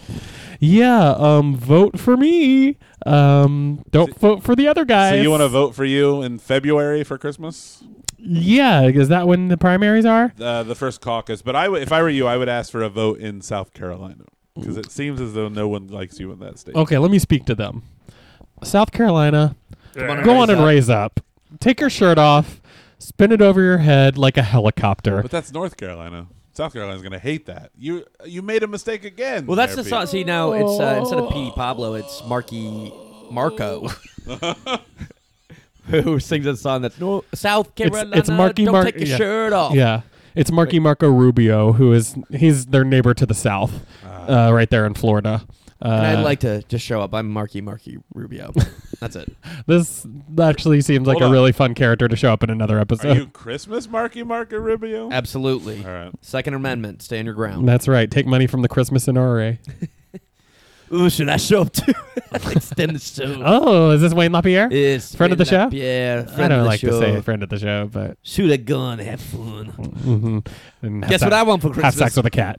[SPEAKER 1] Yeah, um, vote for me. Um, don't vote for the other guys.
[SPEAKER 2] So you want to vote for you in February for Christmas?
[SPEAKER 1] Yeah, is that when the primaries are?
[SPEAKER 2] Uh, the first caucus. But I, would- if I were you, I would ask for a vote in South Carolina because it seems as though no one likes you in that state.
[SPEAKER 1] Okay, let me speak to them. South Carolina,
[SPEAKER 7] on
[SPEAKER 1] go on and raise up. Take your shirt off. Spin it over your head like a helicopter.
[SPEAKER 2] But that's North Carolina. South Carolina's going to hate that. You you made a mistake again.
[SPEAKER 3] Well, that's
[SPEAKER 2] Mayor
[SPEAKER 3] the song. See, now it's uh, instead of
[SPEAKER 1] Oh.
[SPEAKER 3] P. Pablo, it's Marky Marco, who sings a song that's no South
[SPEAKER 1] it's
[SPEAKER 3] Carolina.
[SPEAKER 1] Marky
[SPEAKER 3] don't
[SPEAKER 1] Mark-
[SPEAKER 3] Take your
[SPEAKER 1] yeah.
[SPEAKER 3] shirt off.
[SPEAKER 1] Yeah. It's Marky Marco Rubio, who is he's their neighbor to the south, uh, right there in Florida. Uh,
[SPEAKER 3] And I'd like to just show up. I'm Marky Marky Rubio. That's it.
[SPEAKER 1] this. Actually, seems like
[SPEAKER 2] Hold
[SPEAKER 1] a
[SPEAKER 2] on.
[SPEAKER 1] really fun character to show up in another
[SPEAKER 2] Pete. Are
[SPEAKER 1] episode.
[SPEAKER 2] you Christmas Marky Marco Rubio?
[SPEAKER 1] Uh,
[SPEAKER 3] Absolutely.
[SPEAKER 2] All right.
[SPEAKER 3] Second Amendment. Stand your ground.
[SPEAKER 1] That's right. Take money from the Christmas NRA.
[SPEAKER 3] Ooh, should I show up too? Extend the show.
[SPEAKER 1] oh, is this Wayne LaPierre?
[SPEAKER 3] Yes,
[SPEAKER 1] Friend of the show?
[SPEAKER 3] Yeah, friend
[SPEAKER 1] I
[SPEAKER 3] of
[SPEAKER 1] don't
[SPEAKER 3] the
[SPEAKER 1] like to
[SPEAKER 3] show.
[SPEAKER 1] say friend of the show, but
[SPEAKER 3] Shoot a gun, have fun.
[SPEAKER 1] mhm. And have
[SPEAKER 3] Guess
[SPEAKER 1] sex-
[SPEAKER 3] what I want for Christmas?
[SPEAKER 1] Have sex with a cat.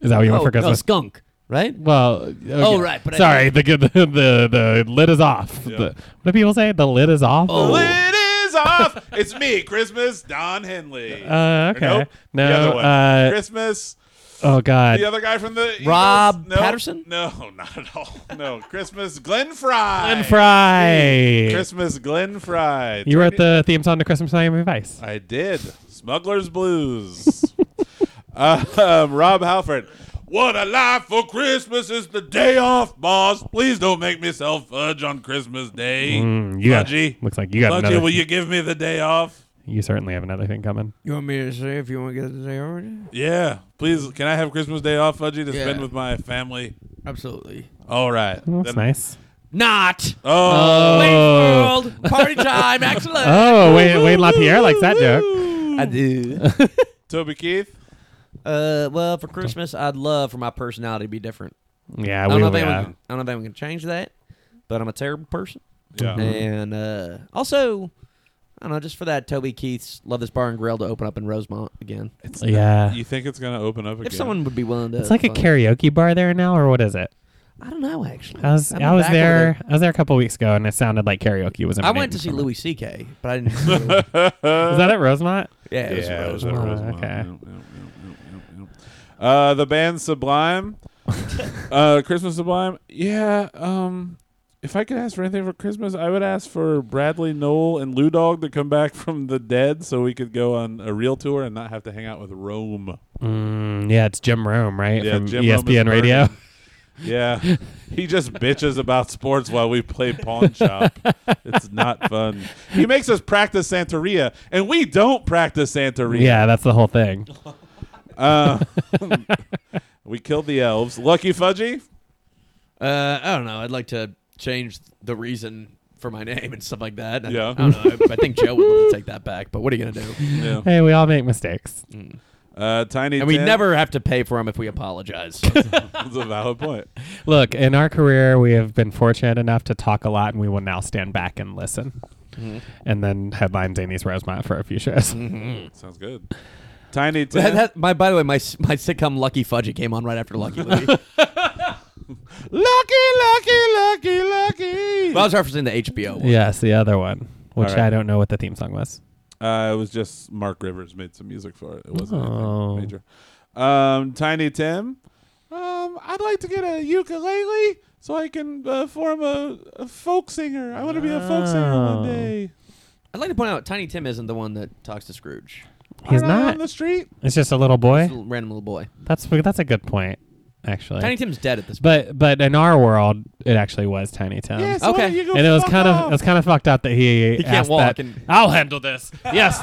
[SPEAKER 1] Is that what you want
[SPEAKER 3] oh,
[SPEAKER 1] for
[SPEAKER 3] No,
[SPEAKER 1] Christmas?
[SPEAKER 3] skunk, right?
[SPEAKER 1] well, okay.
[SPEAKER 3] Oh, right, but I-
[SPEAKER 1] sorry. the, the the the lid is off.
[SPEAKER 2] Yeah.
[SPEAKER 1] The, what do people say? The lid is off.
[SPEAKER 3] Oh.
[SPEAKER 2] Lid is off. it's me, Christmas Don Henley.
[SPEAKER 1] Uh, okay.
[SPEAKER 2] Or nope,
[SPEAKER 1] No.
[SPEAKER 2] The other one.
[SPEAKER 1] uh,
[SPEAKER 2] Christmas.
[SPEAKER 1] oh God.
[SPEAKER 2] The other guy from the Eagles?
[SPEAKER 3] Rob
[SPEAKER 2] no,
[SPEAKER 3] Patterson?
[SPEAKER 2] No, not at all. No, Christmas Glenn Fry.
[SPEAKER 1] Glenn Fry.
[SPEAKER 2] Christmas Glenn Fry.
[SPEAKER 1] You wrote the theme song to Christmas Miami Vice.
[SPEAKER 2] I did. Smuggler's Blues. uh, um, Rob Halford. What a life for Christmas is the day off, boss. Please don't make me sell fudge on Christmas Day.
[SPEAKER 1] Mm, you got,
[SPEAKER 2] Fudgy.
[SPEAKER 1] looks like you got
[SPEAKER 2] Fudgy,
[SPEAKER 1] another.
[SPEAKER 2] will you give me the day off?
[SPEAKER 1] you certainly have another thing coming.
[SPEAKER 8] You want me to say if you want to get the day order?
[SPEAKER 2] Yeah. Please, can I have Christmas Day off, Fudgy, to spend
[SPEAKER 8] Yeah.
[SPEAKER 2] with my family?
[SPEAKER 8] Absolutely.
[SPEAKER 2] All right.
[SPEAKER 1] Well, that's
[SPEAKER 2] Then-
[SPEAKER 1] nice.
[SPEAKER 3] Not. Uh,
[SPEAKER 2] Oh.
[SPEAKER 1] Oh,
[SPEAKER 3] World party time. Excellent.
[SPEAKER 1] oh, Wayne, Wayne LaPierre likes that joke.
[SPEAKER 3] I do.
[SPEAKER 2] Toby Keith?
[SPEAKER 3] Uh, well, for Christmas, I'd love for my personality to be different.
[SPEAKER 1] Yeah,
[SPEAKER 3] I don't
[SPEAKER 1] we
[SPEAKER 3] know if
[SPEAKER 1] we
[SPEAKER 3] anyone.
[SPEAKER 1] have.
[SPEAKER 3] can- I don't know if anyone can change that, but I'm a terrible person.
[SPEAKER 1] Oh. Mm-hmm.
[SPEAKER 2] Yeah.
[SPEAKER 3] And uh, also, I don't know. Just for that, Toby Keith's Love This Bar and Grill to open up in Rosemont again.
[SPEAKER 1] Yeah.
[SPEAKER 2] You think it's going to open up again?
[SPEAKER 3] If someone would be willing to.
[SPEAKER 1] It's like a
[SPEAKER 3] fund-
[SPEAKER 1] karaoke bar there now, or what is it?
[SPEAKER 3] I don't know actually.
[SPEAKER 1] I was
[SPEAKER 3] I've been
[SPEAKER 1] I was
[SPEAKER 3] back over
[SPEAKER 1] there I was there a couple weeks ago, and it sounded like karaoke was.
[SPEAKER 3] I
[SPEAKER 1] emanating
[SPEAKER 3] went to see
[SPEAKER 1] from it.
[SPEAKER 3] Louis C.K., but I didn't. see him.
[SPEAKER 1] Is that at Rosemont?
[SPEAKER 3] yeah, it was
[SPEAKER 2] Yeah, it was
[SPEAKER 1] Rosemont.
[SPEAKER 2] at Rosemont.
[SPEAKER 1] Okay.
[SPEAKER 2] Yep, yep, yep, yep, yep, yep. Uh, the band Sublime, uh, Christmas Sublime. Yeah. Um, if I could ask for anything for Christmas, I would ask for Bradley Noel and Lou Dog to come back from the dead, so we could go on a real tour and not have to hang out with Rome.
[SPEAKER 1] Mm, yeah, it's Jim Rome, right?
[SPEAKER 2] Yeah,
[SPEAKER 1] From E
[SPEAKER 2] Jim Rome is
[SPEAKER 1] ESPN Radio.
[SPEAKER 2] burning. Yeah, he just bitches about sports while we play pawn shop. It's not fun. He makes us practice Santeria, and we don't practice Santeria.
[SPEAKER 1] Yeah, that's the whole thing.
[SPEAKER 2] Uh, we killed the elves. Lucky Fudgy.
[SPEAKER 3] Uh, I don't know. I'd like to change the reason for my name and stuff like that. I-
[SPEAKER 2] Yeah.
[SPEAKER 3] I don't know. I, I think Joe would love to take that back, but what are you gonna do?
[SPEAKER 2] Yeah.
[SPEAKER 1] Hey, we all make mistakes.
[SPEAKER 3] Mm.
[SPEAKER 2] Uh, Tiny.
[SPEAKER 3] And we
[SPEAKER 2] Tim.
[SPEAKER 3] never have to pay for them if we apologize.
[SPEAKER 2] That's a valid point.
[SPEAKER 1] Look, in our career, we have been fortunate enough to talk a lot, and we will now stand back and listen.
[SPEAKER 3] Mm-hmm.
[SPEAKER 1] And then headline Zany's Rosemont for a few shows.
[SPEAKER 2] Sounds good. Tiny. Tim.
[SPEAKER 3] That- that- my, by the way, my s- my sitcom Lucky Fudgy came on right after Lucky Louie. Well,
[SPEAKER 2] lucky, lucky, lucky, lucky.
[SPEAKER 3] I was referencing the HBO one.
[SPEAKER 1] Yes, the other one, which
[SPEAKER 2] All right.
[SPEAKER 1] I don't know what the theme song was.
[SPEAKER 2] Uh, it was just Mark Rivers made some music for it. It wasn't
[SPEAKER 1] Oh.
[SPEAKER 2] anything major. Um, Tiny Tim. Um, I'd like to get a ukulele so I can uh, form a, a folk singer. I want to be a folk singer
[SPEAKER 1] Oh.
[SPEAKER 2] one day.
[SPEAKER 3] I'd like to point out Tiny Tim isn't the one that talks to Scrooge.
[SPEAKER 1] He's
[SPEAKER 2] Aren't I
[SPEAKER 1] not.
[SPEAKER 2] on the street.
[SPEAKER 1] It's just a little
[SPEAKER 3] He's
[SPEAKER 1] boy.
[SPEAKER 3] a little- random little boy.
[SPEAKER 1] That's that's a good point, actually.
[SPEAKER 3] Tiny Tim's dead at this point.
[SPEAKER 1] but but in our world, it actually was Tiny Tim.
[SPEAKER 2] Yes. why
[SPEAKER 3] Okay.
[SPEAKER 2] don't you go
[SPEAKER 1] Um, and it was
[SPEAKER 2] fuck
[SPEAKER 1] kind
[SPEAKER 2] off?
[SPEAKER 1] of it was kind of fucked up that he,
[SPEAKER 3] He can't
[SPEAKER 1] asked
[SPEAKER 3] walk
[SPEAKER 1] that.
[SPEAKER 3] and-
[SPEAKER 1] I'll handle this. Yes,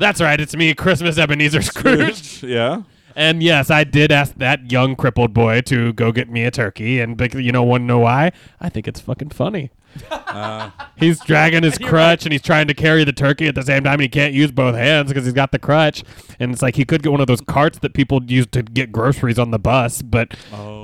[SPEAKER 1] that's right. It's me, Christmas Ebenezer Scrooge.
[SPEAKER 2] yeah.
[SPEAKER 1] and yes, I did ask that young crippled boy to go get me a turkey. And bec- you know, want to know why? I think it's fucking funny.
[SPEAKER 2] Uh,
[SPEAKER 1] He's dragging his crutch and he's trying to carry the turkey at the same time, and he can't use both hands because he's got the crutch. And it's like he could get one of those carts that people use to get groceries on the bus, but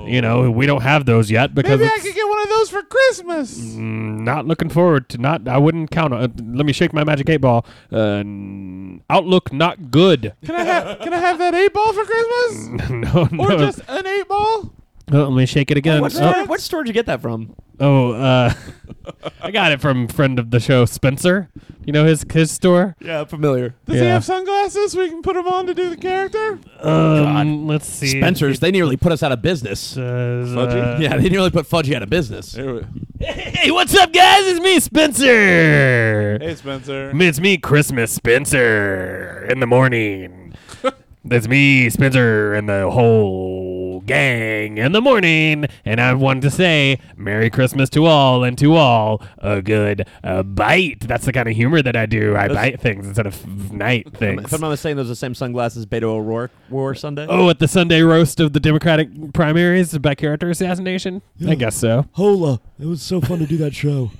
[SPEAKER 1] you know we don't have those yet because
[SPEAKER 2] Oh. Maybe I
[SPEAKER 1] it's
[SPEAKER 2] could get one of those for Christmas.
[SPEAKER 1] mm, not looking forward to not. I wouldn't count on. Uh, let me shake my magic eight ball. Uh, n- outlook not good.
[SPEAKER 2] Can I have Can I have that eight ball for Christmas,
[SPEAKER 1] no, no.
[SPEAKER 2] or just an eight ball?
[SPEAKER 1] Oh, let me shake it again.
[SPEAKER 3] What
[SPEAKER 1] Oh.
[SPEAKER 3] store, what store did you get that from?
[SPEAKER 1] Oh, uh, I got it from friend of the show Spencer. You know his his store.
[SPEAKER 3] Yeah, familiar.
[SPEAKER 2] Does he
[SPEAKER 1] Yeah.
[SPEAKER 2] have sunglasses we can put him on to do the character?
[SPEAKER 1] Um, let's see.
[SPEAKER 3] Spencer's, they nearly put us out of business.
[SPEAKER 1] Says,
[SPEAKER 2] Fudgy?
[SPEAKER 1] uh,
[SPEAKER 3] Yeah, they nearly put Fudgy out of business.
[SPEAKER 2] Here we-
[SPEAKER 1] Hey, what's up, guys? It's me, Spencer.
[SPEAKER 2] Hey, Spencer.
[SPEAKER 1] It's me, Christmas Spencer, in the morning. It's me, Spencer, and the whole gang in the morning. And I wanted to say Merry Christmas to all and to all a good uh, bite. That's the kind of humor that I do. I bite things instead of f- night
[SPEAKER 3] If
[SPEAKER 1] things.
[SPEAKER 3] I'm not mistaken, those are the same sunglasses Beto O'Rourke wore Sunday.
[SPEAKER 1] Oh, at the Sunday roast of the Democratic primaries by character assassination? I guess so.
[SPEAKER 9] Hola. It was so fun to do that show.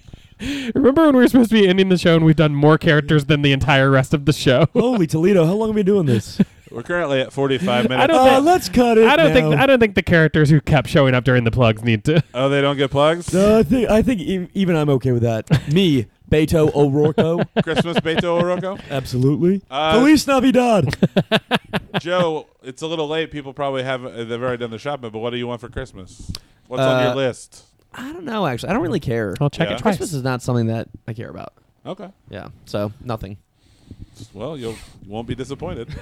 [SPEAKER 1] Remember when we were supposed to be ending the show and we've done more characters than the entire rest of the show?
[SPEAKER 9] Holy Toledo, how long have we been doing this?
[SPEAKER 2] We're currently at 45 minutes.
[SPEAKER 1] I don't
[SPEAKER 9] Uh,
[SPEAKER 1] think-
[SPEAKER 9] let's cut it.
[SPEAKER 1] I don't
[SPEAKER 9] now.
[SPEAKER 1] think I don't think the characters who kept showing up during the plugs need to.
[SPEAKER 2] oh, they don't get plugs?
[SPEAKER 9] No, I think I think e- even I'm okay with that. Me, Beto O'Rourke.
[SPEAKER 2] Christmas Beto Oroko?
[SPEAKER 9] Absolutely.
[SPEAKER 2] Uh,
[SPEAKER 9] Feliz Navidad.
[SPEAKER 2] Joe, it's a little late. People probably haven't, uh, they've already done the shopping, but what do you want for Christmas? What's on your
[SPEAKER 3] Uh,
[SPEAKER 2] list?
[SPEAKER 3] I don't know, actually. I don't really care.
[SPEAKER 1] I'll check
[SPEAKER 2] Yeah.
[SPEAKER 1] it twice.
[SPEAKER 3] Christmas is not something that I care about.
[SPEAKER 2] Okay.
[SPEAKER 3] Yeah, so nothing.
[SPEAKER 2] Well, you'll, you won't be disappointed.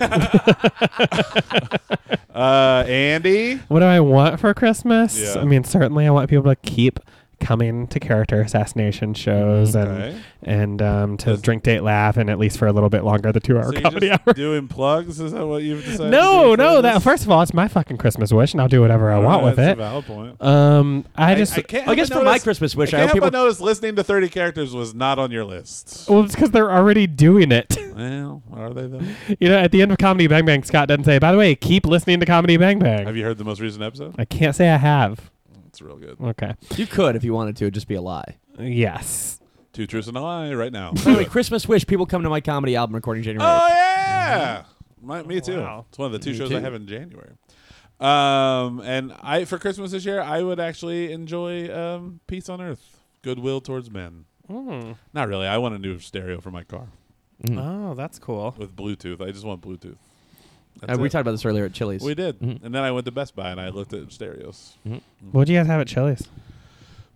[SPEAKER 2] uh, Andy?
[SPEAKER 1] What do I want for Christmas?
[SPEAKER 2] Yeah.
[SPEAKER 1] I mean, certainly I want people to keep coming to character assassination shows
[SPEAKER 2] Okay.
[SPEAKER 1] and and um, to drink, date, laugh, and at least for a little bit longer the two hour
[SPEAKER 2] So you're
[SPEAKER 1] comedy
[SPEAKER 2] just
[SPEAKER 1] hour.
[SPEAKER 2] doing plugs? Is that what you've decided?
[SPEAKER 1] No,
[SPEAKER 2] to do for
[SPEAKER 1] no.
[SPEAKER 2] this?
[SPEAKER 1] That first of all, it's my fucking Christmas wish, and I'll do whatever I
[SPEAKER 2] Uh,
[SPEAKER 1] want with
[SPEAKER 2] that's
[SPEAKER 1] it.
[SPEAKER 2] A valid point.
[SPEAKER 1] Um, I just
[SPEAKER 2] I, can't
[SPEAKER 3] I guess
[SPEAKER 2] help
[SPEAKER 3] for
[SPEAKER 2] but
[SPEAKER 3] my
[SPEAKER 2] notice-
[SPEAKER 3] Christmas wish,
[SPEAKER 2] I
[SPEAKER 3] I,
[SPEAKER 2] can't
[SPEAKER 3] hope
[SPEAKER 2] help
[SPEAKER 3] people.
[SPEAKER 2] but notice listening to 30 characters was not on your list.
[SPEAKER 1] well, it's because they're already doing it.
[SPEAKER 2] Well, are they though?
[SPEAKER 1] you know, at the end of Comedy Bang Bang, Scott doesn't say, "By the way, keep listening to Comedy Bang Bang."
[SPEAKER 2] Have you heard the most recent episode?
[SPEAKER 1] I can't say I have.
[SPEAKER 2] It's real good.
[SPEAKER 1] Okay.
[SPEAKER 3] You could if you wanted to. It'd just be a lie.
[SPEAKER 1] Yes.
[SPEAKER 2] Two truths and a lie right now.
[SPEAKER 3] By the way, Christmas wish people come to my comedy album recording January.
[SPEAKER 9] Uh,
[SPEAKER 2] oh yeah, My, me too.
[SPEAKER 1] Wow.
[SPEAKER 2] It's one of the two
[SPEAKER 3] Oh, Me
[SPEAKER 2] shows I
[SPEAKER 3] too.
[SPEAKER 2] have in January. Um, and I for Christmas this year, I would actually enjoy um, Peace on Earth, Goodwill Towards Men. Not really. I want a new stereo for my car
[SPEAKER 3] Mm-hmm.
[SPEAKER 9] uh,
[SPEAKER 1] Oh, that's cool.
[SPEAKER 2] with Bluetooth. I just want Bluetooth.
[SPEAKER 3] Uh,
[SPEAKER 2] That's
[SPEAKER 3] we
[SPEAKER 2] it.
[SPEAKER 3] talked about this earlier at Chili's.
[SPEAKER 2] We did,
[SPEAKER 3] Mhm.
[SPEAKER 2] and then I went to Best Buy and I looked at stereos.
[SPEAKER 1] What do you guys have at Chili's?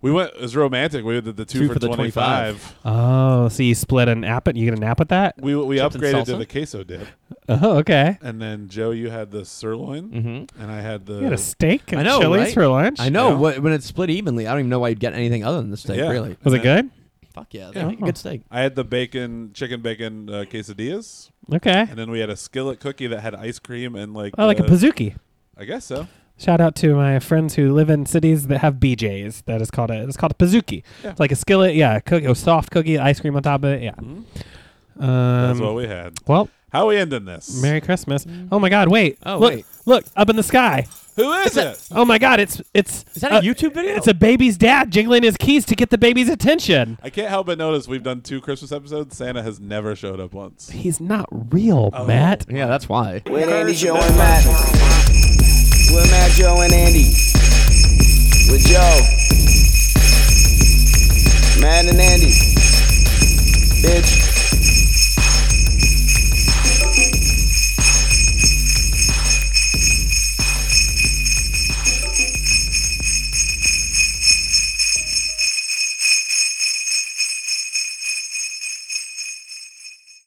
[SPEAKER 2] We went. It was romantic. We did the two,
[SPEAKER 3] Two
[SPEAKER 2] for,
[SPEAKER 3] for the
[SPEAKER 2] twenty five.
[SPEAKER 1] Oh, so you split an app and you get an app with that?
[SPEAKER 2] We we
[SPEAKER 3] Chips and
[SPEAKER 2] upgraded to
[SPEAKER 3] salsa?
[SPEAKER 2] the queso dip,
[SPEAKER 1] Oh, okay.
[SPEAKER 2] and then Joe, you had the sirloin,
[SPEAKER 3] Mhm.
[SPEAKER 2] and I had the
[SPEAKER 1] You had a steak
[SPEAKER 3] I
[SPEAKER 1] at
[SPEAKER 3] know,
[SPEAKER 1] Chili's
[SPEAKER 3] right?
[SPEAKER 1] for lunch.
[SPEAKER 3] I know
[SPEAKER 2] Yeah.
[SPEAKER 3] wh- when it's split evenly. I don't even know why you'd get anything other than the steak.
[SPEAKER 2] Yeah.
[SPEAKER 3] Really?
[SPEAKER 1] Was it good?
[SPEAKER 3] Fuck yeah,
[SPEAKER 2] Yeah.
[SPEAKER 3] they make a good steak.
[SPEAKER 2] I had the bacon, chicken bacon uh, quesadillas,
[SPEAKER 1] Okay.
[SPEAKER 2] and then we had a skillet cookie that had ice cream and like.
[SPEAKER 1] Oh, like a
[SPEAKER 2] uh,
[SPEAKER 1] Pazuki.
[SPEAKER 2] I guess so.
[SPEAKER 1] Shout out to my friends who live in cities that have BJ's. That is called a it's called a Pazuki.
[SPEAKER 2] Yeah.
[SPEAKER 1] It's like a skillet, yeah, a cookie, a soft cookie, ice cream on top of it, yeah.
[SPEAKER 2] Mhm. That's what
[SPEAKER 1] Um,
[SPEAKER 2] we had.
[SPEAKER 1] well,
[SPEAKER 2] How we ending this?
[SPEAKER 1] Merry Christmas. Oh my God! Wait.
[SPEAKER 3] Oh,
[SPEAKER 1] look,
[SPEAKER 3] wait.
[SPEAKER 1] Look up in the sky.
[SPEAKER 2] Who is it?
[SPEAKER 1] Oh my God! It's it's.
[SPEAKER 3] Is that a YouTube video?
[SPEAKER 1] It's a baby's dad jingling his keys to get the baby's attention.
[SPEAKER 2] I can't help but notice we've done two Christmas episodes. Santa has never showed up once.
[SPEAKER 1] He's not real,
[SPEAKER 3] Oh.
[SPEAKER 1] Matt.
[SPEAKER 3] Yeah, that's why.
[SPEAKER 10] With Andy, Joe, and Matt. With Matt, Joe, and Andy. With Joe. Matt and Andy. Bitch.